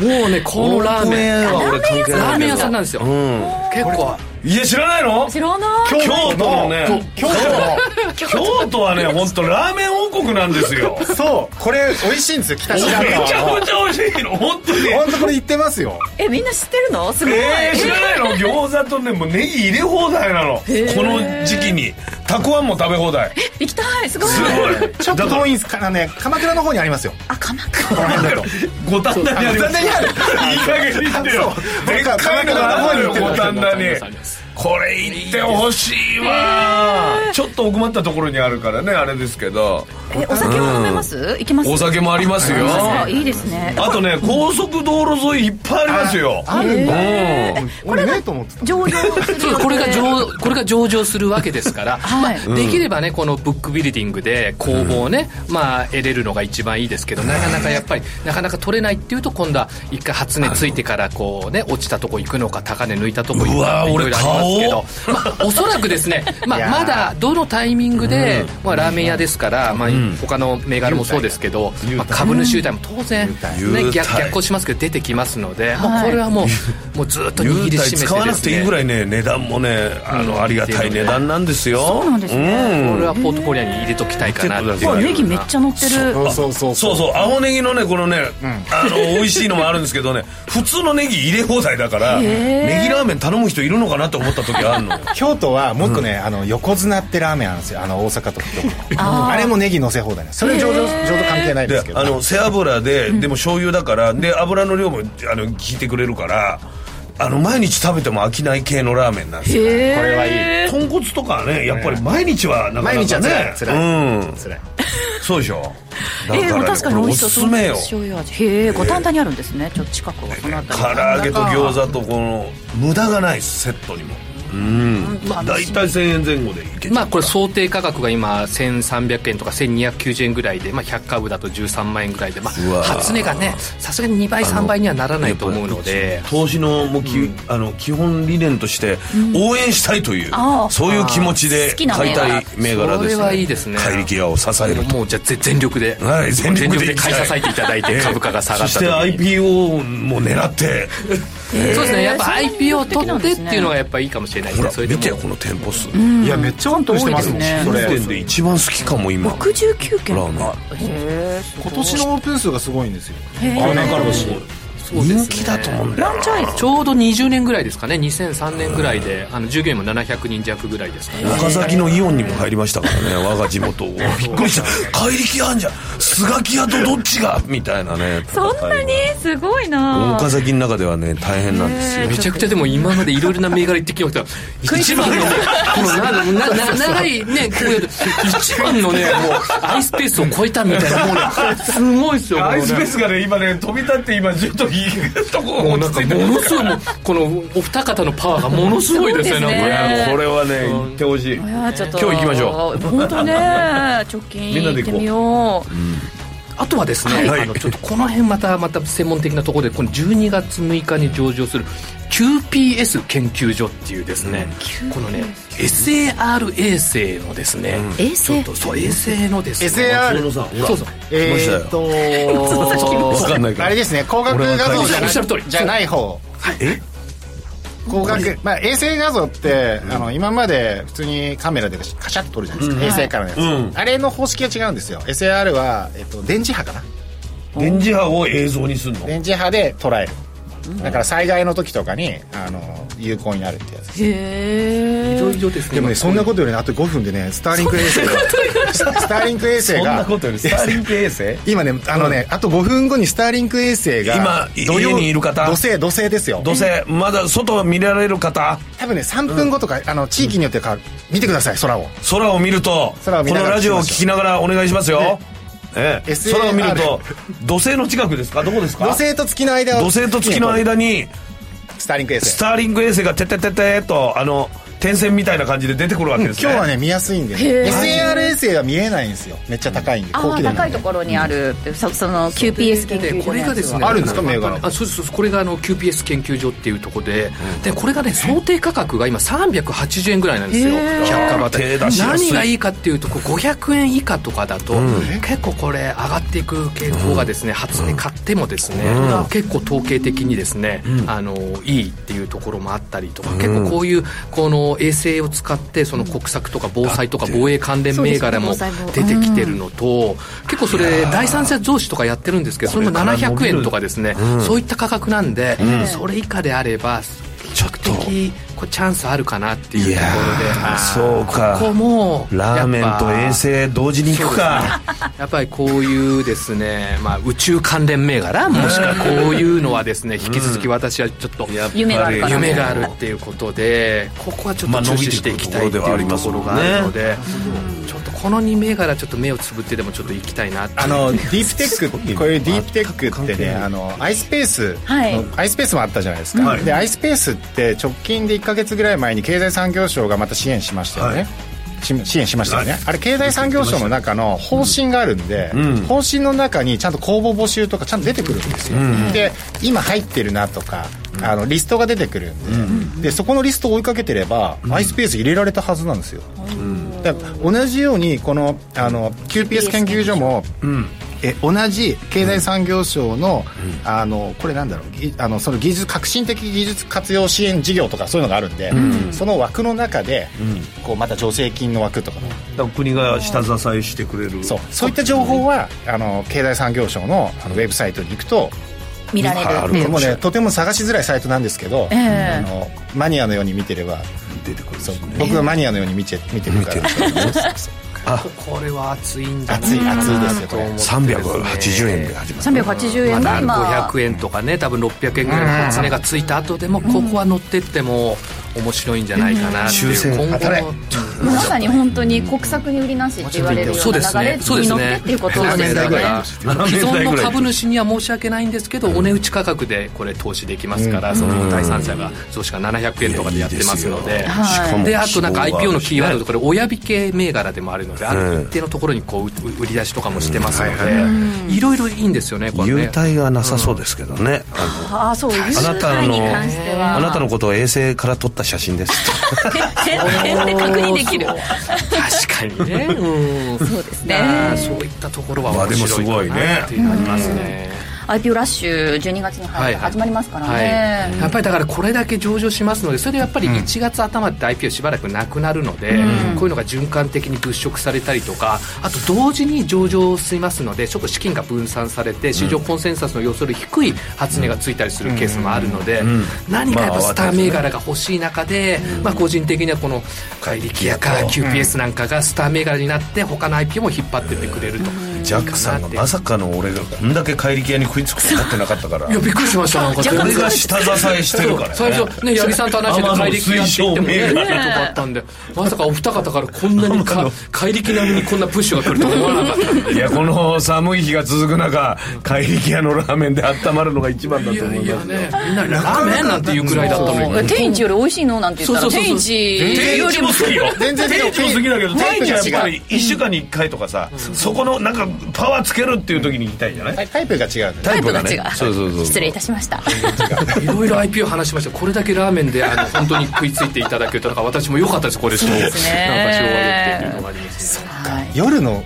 Speaker 11: もうねこのラーメンラーメン屋さんなんですよ、結構
Speaker 4: いや知らないの
Speaker 8: 知らない
Speaker 4: 京都のね
Speaker 2: 京都
Speaker 4: 京都はね本当ラーメン王国なんですよめち
Speaker 2: のそうこれ美味しいんですよ北白 <laughs>
Speaker 4: ゃ
Speaker 2: 川は
Speaker 4: くちゃ美味しいの本当に
Speaker 2: 本当これ言ってますよ
Speaker 8: えみんな知ってるのすごい、
Speaker 4: えー、知らないの餃子とねもうネギ入れ放題なのこの時期にたこあんも食べ放題
Speaker 8: 行きたいすごい
Speaker 4: すごい
Speaker 2: ちょっと遠いんですからね鎌倉の方にありますよ
Speaker 8: あ鎌
Speaker 2: この
Speaker 8: 倉
Speaker 2: 辺だと
Speaker 4: 五反田にあります
Speaker 2: にある
Speaker 4: いい加減にしてよ
Speaker 2: そう
Speaker 4: でっかいのがあるよ五反田に
Speaker 11: あります
Speaker 4: これ行ってほしいわちょっと奥まったところにあるからねあれですけど
Speaker 8: えお酒は飲めます行きます
Speaker 4: お酒もありますよ
Speaker 8: あいいですね
Speaker 4: あとね高速道路沿いいっぱいありますよ
Speaker 2: あるんだ
Speaker 4: うん
Speaker 2: 俺ねと思ってた
Speaker 8: 上場する
Speaker 11: そうこれが
Speaker 8: 上
Speaker 11: 上これが上場するわけですから、
Speaker 8: はい
Speaker 11: まあ、できればねこのブックビルディングで公募をね、まあ、得れるのが一番いいですけどなかなかやっぱりなかなか取れないっていうと今度は一回初値ついてからこうね落ちたとこ行くのか高値抜いたとこ行くのか
Speaker 4: うわー
Speaker 11: いろいろありますけど、まあ、おそらくですね、まあ、まだどのタイミングで、まあ、ラーメン屋ですから、まあ、他の銘柄もそうですけど、まあ、株主優待も当然、ね、逆逆行しますけど出てきますので、もうこれはもうもうずっと握
Speaker 4: 優
Speaker 11: りしめてで
Speaker 4: 待
Speaker 11: すね
Speaker 4: 使わなくていいぐらいね値段もねあのありがたい値段なんですよそうなんです
Speaker 11: これはポートフォリオに入れときたいかなっていう
Speaker 4: わ
Speaker 11: う
Speaker 8: ネギめっちゃ乗ってる
Speaker 2: そうそう
Speaker 4: そうそう青ネギのねこのね、あの美味しいのもあるんですけどね普通のネギ入れ放題だからネギラーメン頼む人いるのかなと思った時あるのよ
Speaker 2: 京都はもう一個ね、あの横綱ってラーメンあるんですよあの大阪とかどこあれもネギ乗せ放題なんですそれ上場上場関係ないで
Speaker 4: です
Speaker 2: けど
Speaker 4: あの背脂ででも醤油だからで油の量もあの効いてくれるからあの毎日食べても飽きない系のラーメンなんですよ
Speaker 11: これはいい
Speaker 4: 豚骨とかはねやっぱり毎日はなかなかね
Speaker 2: 毎日は辛い辛
Speaker 4: うん
Speaker 2: い、辛い
Speaker 4: そうでしょだ
Speaker 8: えー、
Speaker 4: ね
Speaker 8: もう確かに美味しそう
Speaker 4: おすすめよ
Speaker 8: 醤油味へえ五反田にあるんですねちょっと近くはこの辺り
Speaker 4: 唐揚げと餃子とこの無駄がないですセットにもうん大体1000円前後でいけちゃう
Speaker 11: まあこれ想定価格が今1300円とか1290円ぐらいで、まあ、100株だと13万円ぐらいで、ま
Speaker 4: わ
Speaker 11: あ、初値がねさすがに2倍3倍にはならないと思うので
Speaker 4: 投資のもうき、あの基本理念として応援したいという、
Speaker 8: ああ
Speaker 4: そういう気持ちで
Speaker 8: 好きな
Speaker 4: 買いたい銘柄
Speaker 11: そ
Speaker 4: ですね
Speaker 11: れはいいですね
Speaker 4: 怪力屋を支えると
Speaker 11: もうじゃあぜ全力で、
Speaker 4: はい全力で
Speaker 11: 全力で買い支えていただい
Speaker 4: え
Speaker 11: て
Speaker 4: え
Speaker 11: 株価が下が
Speaker 4: そ
Speaker 11: っ
Speaker 4: し
Speaker 11: <laughs>
Speaker 4: たて
Speaker 11: 時に
Speaker 4: IPO も狙って
Speaker 11: そうですねやっぱ
Speaker 8: そんなに
Speaker 11: IPO を
Speaker 8: 的
Speaker 11: 取
Speaker 8: なん
Speaker 11: っ
Speaker 8: で
Speaker 11: てっ
Speaker 8: す
Speaker 11: て
Speaker 8: ね
Speaker 11: いうのがやっぱいいかもしれないで
Speaker 4: ほ
Speaker 11: すね
Speaker 4: ら
Speaker 11: それで
Speaker 4: 見
Speaker 11: も
Speaker 4: てよこの店舗数、
Speaker 2: いやめっちゃ本当してますも
Speaker 8: 多
Speaker 2: ん、
Speaker 8: いですね
Speaker 2: そ
Speaker 4: この時
Speaker 2: れ
Speaker 4: 点で一番好きかも今
Speaker 8: 六十九
Speaker 4: ほ
Speaker 8: 件
Speaker 4: らな
Speaker 2: 今年のオープン数がすごいんですよ
Speaker 8: へえ
Speaker 2: 去年からもすごい
Speaker 11: そうですね、人気だと思うんだよちょうど20年ぐらいですかね2003年ぐらいで、あの従業員も700人弱ぐらいですから、
Speaker 4: 岡崎のイオンにも入りましたから
Speaker 11: <laughs>
Speaker 4: ね我が地元をびっくりした怪力あんじゃんスガキ屋とどっちがみたいなね
Speaker 8: そんなにすごいな
Speaker 4: 岡崎の中ではね大変なんですよ
Speaker 11: めちゃくちゃでも今までいろいろな銘柄行ってきました一番のねこのななな長いねこうやる一番のねもうアイスペースを超えたみたいなもうねすごいですよ
Speaker 4: アイスペースがね今ね飛び立って今ちょっといいとこ
Speaker 11: もうな
Speaker 4: 落
Speaker 11: んか
Speaker 4: ち着いて
Speaker 11: も
Speaker 4: ま
Speaker 11: の
Speaker 4: す
Speaker 11: すごいもうこのお二方のパワーがもの <laughs> すごいですね
Speaker 8: そうですね
Speaker 11: なんかね
Speaker 4: いやこれはね行ってほし
Speaker 8: い
Speaker 4: い
Speaker 8: やちょっと
Speaker 4: 今日行きましょ
Speaker 8: う本当ね直近
Speaker 4: みんな
Speaker 8: 行
Speaker 4: で行
Speaker 8: って
Speaker 4: こう
Speaker 8: みよう
Speaker 11: あとはですね、
Speaker 4: はい
Speaker 11: あのちょっとこの辺またまた専門的なところでこの12月6日に上場する QPS 研究所っていうですね、このね SAR 衛星のですね、
Speaker 8: 衛
Speaker 11: ちょ
Speaker 8: 星
Speaker 11: っとそう衛星のですね
Speaker 2: SAR
Speaker 11: そうそう
Speaker 2: えーっと
Speaker 4: <laughs> わかんないけど
Speaker 2: あれですね光学画像じゃ
Speaker 11: おっしゃる通
Speaker 2: な
Speaker 11: り
Speaker 2: いじゃない方
Speaker 4: え
Speaker 2: 光学、まあ、衛星画像って、あの今まで普通にカメラでカシャッと撮るじゃないですか、衛星からのやつ、あれの方式が違うんですよ SAR は、えっと、電磁波かな
Speaker 4: 電磁波を映像にするの
Speaker 2: 電磁波で捉えるだから災害の時とかにあの有効になるってやつ
Speaker 8: へえ
Speaker 11: いろいろですね
Speaker 2: でもねそんなことよりねあと5分でねスターリンク衛星がスターリンク衛星が
Speaker 4: そんなことよりスターリンク衛星
Speaker 2: 今ねあのね、あと5分後にスターリンク衛星が
Speaker 4: 今
Speaker 2: 土曜
Speaker 4: 家にいる方
Speaker 2: 土星土星ですよ
Speaker 4: どうせまだ外を見られる方
Speaker 2: 多分ね3分後とか、あの地域によってか見てください空を
Speaker 4: 空を見ると
Speaker 2: 空を見
Speaker 4: こ
Speaker 2: な
Speaker 4: の
Speaker 2: がら
Speaker 4: ラジオを聞きながらお願いしますよ、ええ、
Speaker 2: SAR
Speaker 4: 空を見ると土星の近くですかどこですか
Speaker 2: 土星と月の間を
Speaker 4: 土星と月の間に
Speaker 2: スターリンク衛
Speaker 4: ス
Speaker 2: 星
Speaker 4: ターリンク衛星がててててとあの点線みたいな感じで出てくるわけで
Speaker 2: 今
Speaker 4: す
Speaker 2: 日
Speaker 4: ね、
Speaker 2: はね見やすいんで、ね、SAR 衛星は見えないんですよめっちゃ高いんで
Speaker 8: あ
Speaker 2: 高
Speaker 8: あ
Speaker 2: 機動
Speaker 8: 高いところにあるそその QPS 研究
Speaker 11: で
Speaker 8: 所
Speaker 11: こ
Speaker 8: の
Speaker 11: れ
Speaker 8: や
Speaker 11: がで
Speaker 8: つ
Speaker 11: す
Speaker 8: は
Speaker 11: ね
Speaker 2: あるんですか銘柄
Speaker 11: あそうですそうですこれがあの QPS 研究所っていうところで,、でこれがね想定価格が今380円ぐらいなんですよ100株当た
Speaker 4: 手
Speaker 11: り
Speaker 4: 出しやすい
Speaker 11: 何がいいかっていうとこう500円以下とかだと、結構これ上がっていく傾向がですね、初値買ってもですね、結構統計的にですね、あのいいっていうところもあったりとか、結構こういうこの衛星を使ってその国策とか防災とか防衛関連銘柄も
Speaker 8: そうですね防災
Speaker 11: 出
Speaker 8: も
Speaker 11: てきてるのと、結構それ第三者増資とかやってるんですけどそれも700円とかですね、そういった価格なんで、それ以下であれば比較的こうチャンスあるかなっていうとこ
Speaker 4: あそう
Speaker 11: ろで
Speaker 4: か
Speaker 11: ここも
Speaker 4: ラーメンと衛
Speaker 11: やっ
Speaker 4: 星同時に行くか
Speaker 11: ぱやっぱりこういうですね、まあ、宇宙関連銘柄もしくはこういうのはですね引き続き私はちょっと
Speaker 4: やっぱり
Speaker 8: 夢があるから
Speaker 11: 夢があるっていうことでここはちょっ
Speaker 4: ま
Speaker 11: と
Speaker 4: あ
Speaker 11: 注視していきたいっていうところがあるのでちょっとこの2銘柄ちょっと目をつぶってでもちょっといきたいなっていう
Speaker 2: あ <laughs> のディープテックってこういうディープテックってねあのアイスペースの、
Speaker 8: はい
Speaker 2: アイスペースもあったじゃないですか、でアイスペースって直近で1か月ぐらい前に経済産業省がまた支援しましたよね、し支援しましたよね、あれ経済産業省の中の方針があるんで、方針の中にちゃんと公募募集とかちゃんと出てくるんですよ、で今入ってるなとかあのリストが出てくるんで,、でそこのリストを追いかけてれば、アイスペース入れられたはずなんですよ、だから同じようにこのあの QPS 研究所も、え同じ経済産業省の,、あのこれなんだろうぎあのその技術革新的技術活用支援事業とかそういうのがあるんで、その枠の中で、こうまた助成金の枠とかね、
Speaker 4: ら国が下支えしてくれる
Speaker 2: そうそういった情報はあの経済産業省のあのウェブサイトに行くと
Speaker 8: 見られる
Speaker 4: あ
Speaker 8: っ
Speaker 4: る
Speaker 8: てい
Speaker 2: で
Speaker 8: う
Speaker 2: もねとても探しづらいサイトなんですけど、
Speaker 8: ええ
Speaker 2: あのマニアのように見てれば
Speaker 4: 出てくる
Speaker 2: そう僕はマニアのように見て見てるから
Speaker 11: これは熱いんだな
Speaker 2: 熱い熱いですよこれ
Speaker 4: 380円で
Speaker 11: ま
Speaker 4: 始まる
Speaker 8: 380円が
Speaker 11: だ
Speaker 8: 今
Speaker 11: 500円とかね多分600円ぐらいの初値がついた後でもここは乗ってっても面白いんじゃないかなっていう
Speaker 4: 修正
Speaker 11: 今後
Speaker 2: 働
Speaker 11: の
Speaker 8: まさに本当に国策に売りなしって言われるよ
Speaker 11: そう
Speaker 8: う
Speaker 11: で
Speaker 8: な
Speaker 11: す
Speaker 8: 流れ
Speaker 11: ねそうで
Speaker 8: に
Speaker 11: す
Speaker 8: 乗って
Speaker 11: ね
Speaker 8: っていうことです
Speaker 11: だ
Speaker 8: よ
Speaker 11: か
Speaker 8: ね
Speaker 11: ら
Speaker 4: ラーメン
Speaker 11: 既存
Speaker 4: 代ぐ
Speaker 11: の
Speaker 4: らい
Speaker 11: 株主には申し訳ないんですけどお値打ち価格でこれ投資できますからその第三者がそうしか700円とかでやってますので
Speaker 8: はい
Speaker 4: かも
Speaker 11: であとなんか
Speaker 4: 希望がある
Speaker 11: IPO のキーワード
Speaker 4: ね
Speaker 11: とかで親引け銘柄でもあるのである一定のところにこう売売り出しとかもしてますのでいろいろいいんですよねこれ
Speaker 4: 優
Speaker 11: ね
Speaker 4: 待がなさそうですけどね、
Speaker 8: ああそういう
Speaker 4: あなた
Speaker 8: 会
Speaker 4: の
Speaker 8: に関しては
Speaker 4: あ
Speaker 8: <laughs>
Speaker 4: なたのことを衛星から撮った写真です
Speaker 8: 点々で確認できる
Speaker 11: 確かにねうん
Speaker 8: そうですね
Speaker 11: まあそういったところは面白いかなっていうのはありますね。
Speaker 8: IPO ラッシュ12月に入って始まりますから
Speaker 11: はい
Speaker 8: ね
Speaker 11: やっぱりだからこれだけ上場しますのでそれでやっぱり1月頭って IPO しばらくなくなるので、こういうのが循環的に物色されたりとかあと同時に上場しますのでちょっと資金が分散されて市場コンセンサスの予想より低い発値がついたりするケースもあるので、何かやっぱスター銘柄が欲しい中で、まあ、個人的にはこの怪力やか QPS なんかがスター銘柄になって他の IP も引っ張ってってくれると。
Speaker 4: ジャックさんがまさかの俺がこんだけ怪力屋に食いつくと思ってなかったから
Speaker 11: いやびっくりしましたなんか
Speaker 4: 俺が下支えしてるからね
Speaker 11: 最初ね八木さんと話してて怪力屋って言ってもね
Speaker 4: 天
Speaker 11: と
Speaker 4: 野推奨銘
Speaker 11: かあったんでまさかお二方からこんなにか怪力並みにこんなプッシュが来るとは思わなかったんで
Speaker 4: いやこの寒い日が続く中怪力屋のラーメンで温まるのが一番だ
Speaker 11: い
Speaker 4: と
Speaker 11: や
Speaker 4: 思い
Speaker 11: い
Speaker 4: ま
Speaker 11: や
Speaker 4: す
Speaker 11: ねみんなラーメンなんていうくらいだったのに
Speaker 8: 天一より美味しいのなんて言ったら
Speaker 11: そうそうそう
Speaker 8: 天一よ
Speaker 4: 天一
Speaker 8: り
Speaker 4: も
Speaker 8: も
Speaker 4: 好きよ
Speaker 2: 全然
Speaker 4: 天一も好きだけど
Speaker 2: タイ
Speaker 4: 天
Speaker 2: プが違
Speaker 4: 一
Speaker 2: う
Speaker 4: はやっぱり1週間に1回とかさそこのなんかパワーつけるっていう時に行きたいじゃない
Speaker 2: タイタイプが違うんだね
Speaker 4: タ
Speaker 8: タイプが違う
Speaker 4: そうそうそう
Speaker 8: 失礼いたしました
Speaker 11: いろいろ IP を話しましたこれだけラーメンであの本当に食いついていただけたのが私も良かったですこれそうなんか
Speaker 8: ね
Speaker 11: 昭和でっていうのがありますね
Speaker 2: 夜の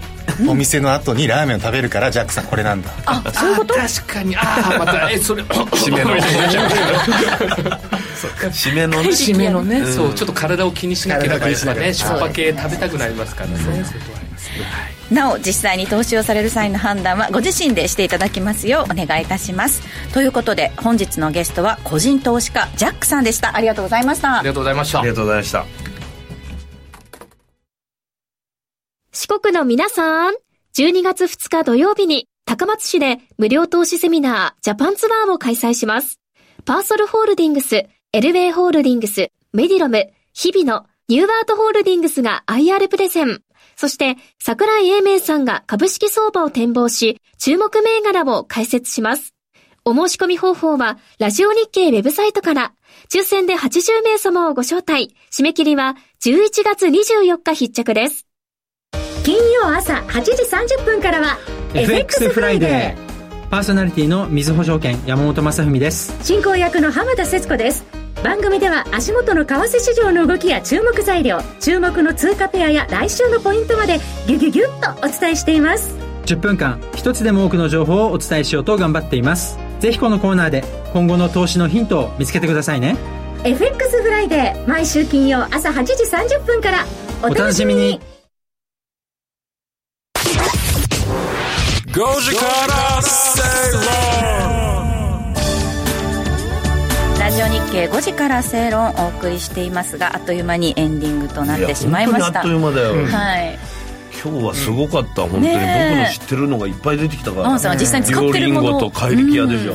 Speaker 2: お店の後にラーメンを食べるからジャックさんこれなんだ
Speaker 11: あそういうこと確かにああまた <laughs> えそれ締めの <laughs>
Speaker 4: 締めのね
Speaker 11: 締めのねそうちょっと体を気にしなければやっぱ
Speaker 2: 体を気に
Speaker 11: ねしょっぱ系食べたくなりますからね
Speaker 3: なお実際に投資をされる際の判断はご自身でしていただきますようお願いいたしますということで本日のゲストは個人投資家ジャックさんでしたありがとうございました
Speaker 11: ありがとうございました
Speaker 4: ありがとうございました
Speaker 7: 四国の皆さん、12月2日土曜日に高松市で無料投資セミナージャパンツアーを開催します。パーソルホールディングス、エルウェイホールディングス、メディロム、日々のニューアートホールディングスが IR プレゼン。そして、桜井英明さんが株式相場を展望し、注目銘柄を解説します。お申し込み方法は、ラジオ日経ウェブサイトから、抽選で80名様をご招待。締め切りは11月24日必着です。金曜朝8時30分からは FX フライ
Speaker 12: ー
Speaker 7: デ
Speaker 12: パーソナリティの水保証券山本雅文です
Speaker 7: ー進行役の浜田節子です番組では足元の為替市場の動きや注目材料注目の通貨ペアや来週のポイントまでギュギュギュッとお伝えしています
Speaker 12: 10分間一つでも多くの情報をお伝えしようと頑張っていますぜひこのコーナーで今後の投資のヒントを見つけてくださいね
Speaker 7: FX フライデー毎週金曜朝8時30分からお楽しみ
Speaker 12: お楽しみ
Speaker 7: に
Speaker 12: に
Speaker 1: 5時から正論
Speaker 3: ラジオ日経5時から正論をお送りしていますがあっという間にエンディングとなってしまいました
Speaker 4: いや本当にあっという間だよ
Speaker 3: はい
Speaker 4: 今日はすごかった、本当に、
Speaker 3: ねえ
Speaker 4: 僕の知ってるのがいっぱい出てきたから、
Speaker 3: ママさんは実際に使ってるも
Speaker 4: リ
Speaker 3: の
Speaker 4: オリンゴと怪力屋でし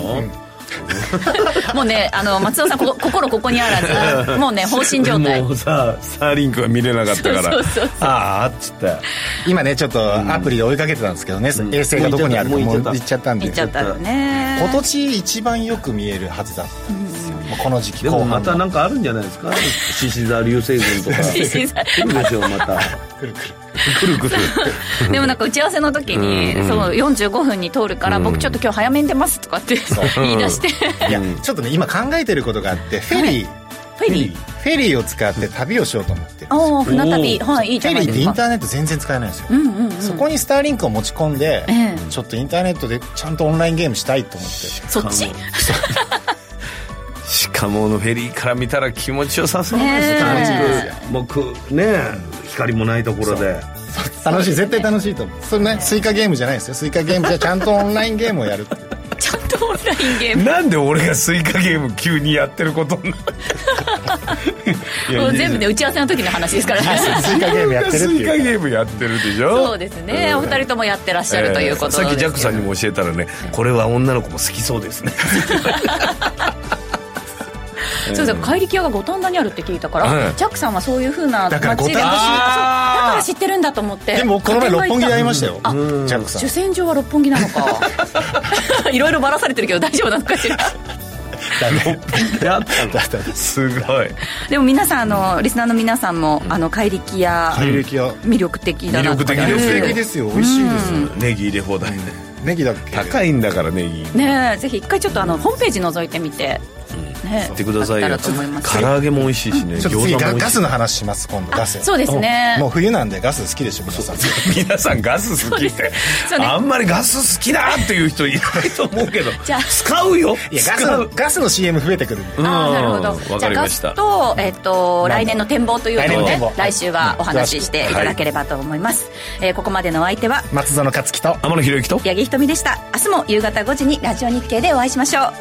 Speaker 4: ょ、
Speaker 3: もうねあの松尾さんここ心ここにあ
Speaker 4: <laughs>
Speaker 3: らずもうね放心状態
Speaker 4: もうさサーリンクは見れなかったから
Speaker 3: そうそうそう
Speaker 4: ああっつって
Speaker 2: 今ねちょっとアプリで追いかけてたんですけどね、衛星がどこにあるか
Speaker 4: も
Speaker 2: も
Speaker 4: う
Speaker 2: う行
Speaker 4: 行っ
Speaker 2: っ
Speaker 4: ち
Speaker 2: ちゃったんで
Speaker 3: 行っちゃったらね
Speaker 2: 今
Speaker 3: <laughs>
Speaker 2: 年一番よく見えるはずだったんですよ、もうこの時期
Speaker 4: で
Speaker 2: 後
Speaker 4: も
Speaker 2: 半
Speaker 4: また
Speaker 2: の
Speaker 4: なんかあるんじゃないですか獅子座流星群とか
Speaker 3: <laughs> 獅子座
Speaker 4: 来るでしょまたくるくるくるく
Speaker 2: <laughs>
Speaker 4: る
Speaker 3: でもなんか打ち合わせの時に、その45分に通るから、僕ちょっと今日早めに出ますとかって <laughs> 言い出して
Speaker 2: いやちょっとね今考えてることがあってフェリー、
Speaker 3: フェリー
Speaker 2: フェリーを使って旅をしようと思ってるんですよ
Speaker 3: おお船旅はいいいじ
Speaker 2: フ
Speaker 3: ゃ
Speaker 2: ェ
Speaker 3: な
Speaker 2: リーって
Speaker 3: いです
Speaker 2: イン
Speaker 3: か
Speaker 2: ターネット全然使えないんですよ、
Speaker 3: うんうんうん
Speaker 2: そこにスターリンクを持ち込んで、
Speaker 3: ええ
Speaker 2: ちょっとインターネットでちゃんとオンラインゲームしたいと思って
Speaker 3: そっち <laughs>
Speaker 4: しかもあのフェリーから見たら気持ちよさそうです
Speaker 3: ねえ
Speaker 4: 楽しくもうくねえ光もないところで
Speaker 2: <laughs> 楽し <laughs> い絶対楽しいと思うそれねスイカゲームじゃないですよスイカゲームじゃちゃんとオンラインゲームをやるっていう
Speaker 3: ちゃんとオンラインゲーム
Speaker 4: なんで俺がスイカゲーム急にやってることになるいや
Speaker 3: もう
Speaker 4: いい
Speaker 3: 全部ね打ち合わせの時の話ですからね
Speaker 2: <laughs> スイカゲームやってるって
Speaker 4: スイカ
Speaker 2: いう
Speaker 4: ゲームやってるでしょ
Speaker 3: そうですねお二人ともやってらっしゃるということですけ
Speaker 4: えー
Speaker 3: ど
Speaker 4: さっきジャックさんにも教えたらねこれは女の子も好きそうですね
Speaker 3: そうそう怪力屋が五反田にあるって聞いたから、
Speaker 4: はい
Speaker 3: ジャックさんはそういうふうな
Speaker 2: だか
Speaker 3: 街で
Speaker 2: ら五反田
Speaker 3: そうだ
Speaker 4: あー
Speaker 3: から知ってるんだと思って
Speaker 2: でも僕この前六本木で会いましたよ
Speaker 3: あ
Speaker 2: ジャックさん
Speaker 3: <laughs> 主戦場は六本木な
Speaker 2: <laughs>
Speaker 3: のか <laughs> いろいろばらされてるけど大丈夫なのかしら
Speaker 4: やったのすごい
Speaker 3: でも皆さんあのリスナーの皆さんも、あの怪力屋
Speaker 2: 履歴は
Speaker 3: 魅力的だなと
Speaker 4: 魅力
Speaker 2: 素
Speaker 4: 的
Speaker 2: 敵ですよ美味しいですよ
Speaker 4: ネギ入れ放題ね
Speaker 2: ネギだっけ
Speaker 4: 高いんだからネギ
Speaker 3: ねえぜひ一回ちょっとあのホームページ覗いてみてね
Speaker 4: ってくださいよ
Speaker 3: ったらと思います
Speaker 4: 唐揚げも美味しいしね
Speaker 2: ちょっ
Speaker 4: 餃子
Speaker 2: と
Speaker 4: も美
Speaker 2: 次ガ
Speaker 4: 味
Speaker 2: ガ
Speaker 4: しい
Speaker 2: スの話します今度ガス
Speaker 3: そうですね
Speaker 2: もう冬なんでガス好きでしょ皆さん
Speaker 4: 皆さんガス好きって、
Speaker 3: そうね
Speaker 4: あんまりガス好きだっていう人いないと思うけど
Speaker 3: じゃあ
Speaker 4: 使うよ
Speaker 2: いやガス
Speaker 4: 使
Speaker 2: の
Speaker 4: う
Speaker 2: ガスの CM 増えてくるんで
Speaker 3: あーなるほど
Speaker 4: わ
Speaker 3: じゃ
Speaker 4: か
Speaker 3: あ
Speaker 4: り
Speaker 3: ガ
Speaker 4: まし
Speaker 3: ス
Speaker 4: た
Speaker 3: と,、えっと来年の展望というのを
Speaker 2: 来年
Speaker 3: ね
Speaker 2: の展
Speaker 3: 来
Speaker 2: 望
Speaker 3: 週はお話ししていただければと思います、えーここまでのお相手は
Speaker 2: 松園克樹と
Speaker 4: 天野ひろゆきと
Speaker 3: 八木ひとみでした明日も夕方5時にラジオ日経でお会いしましょう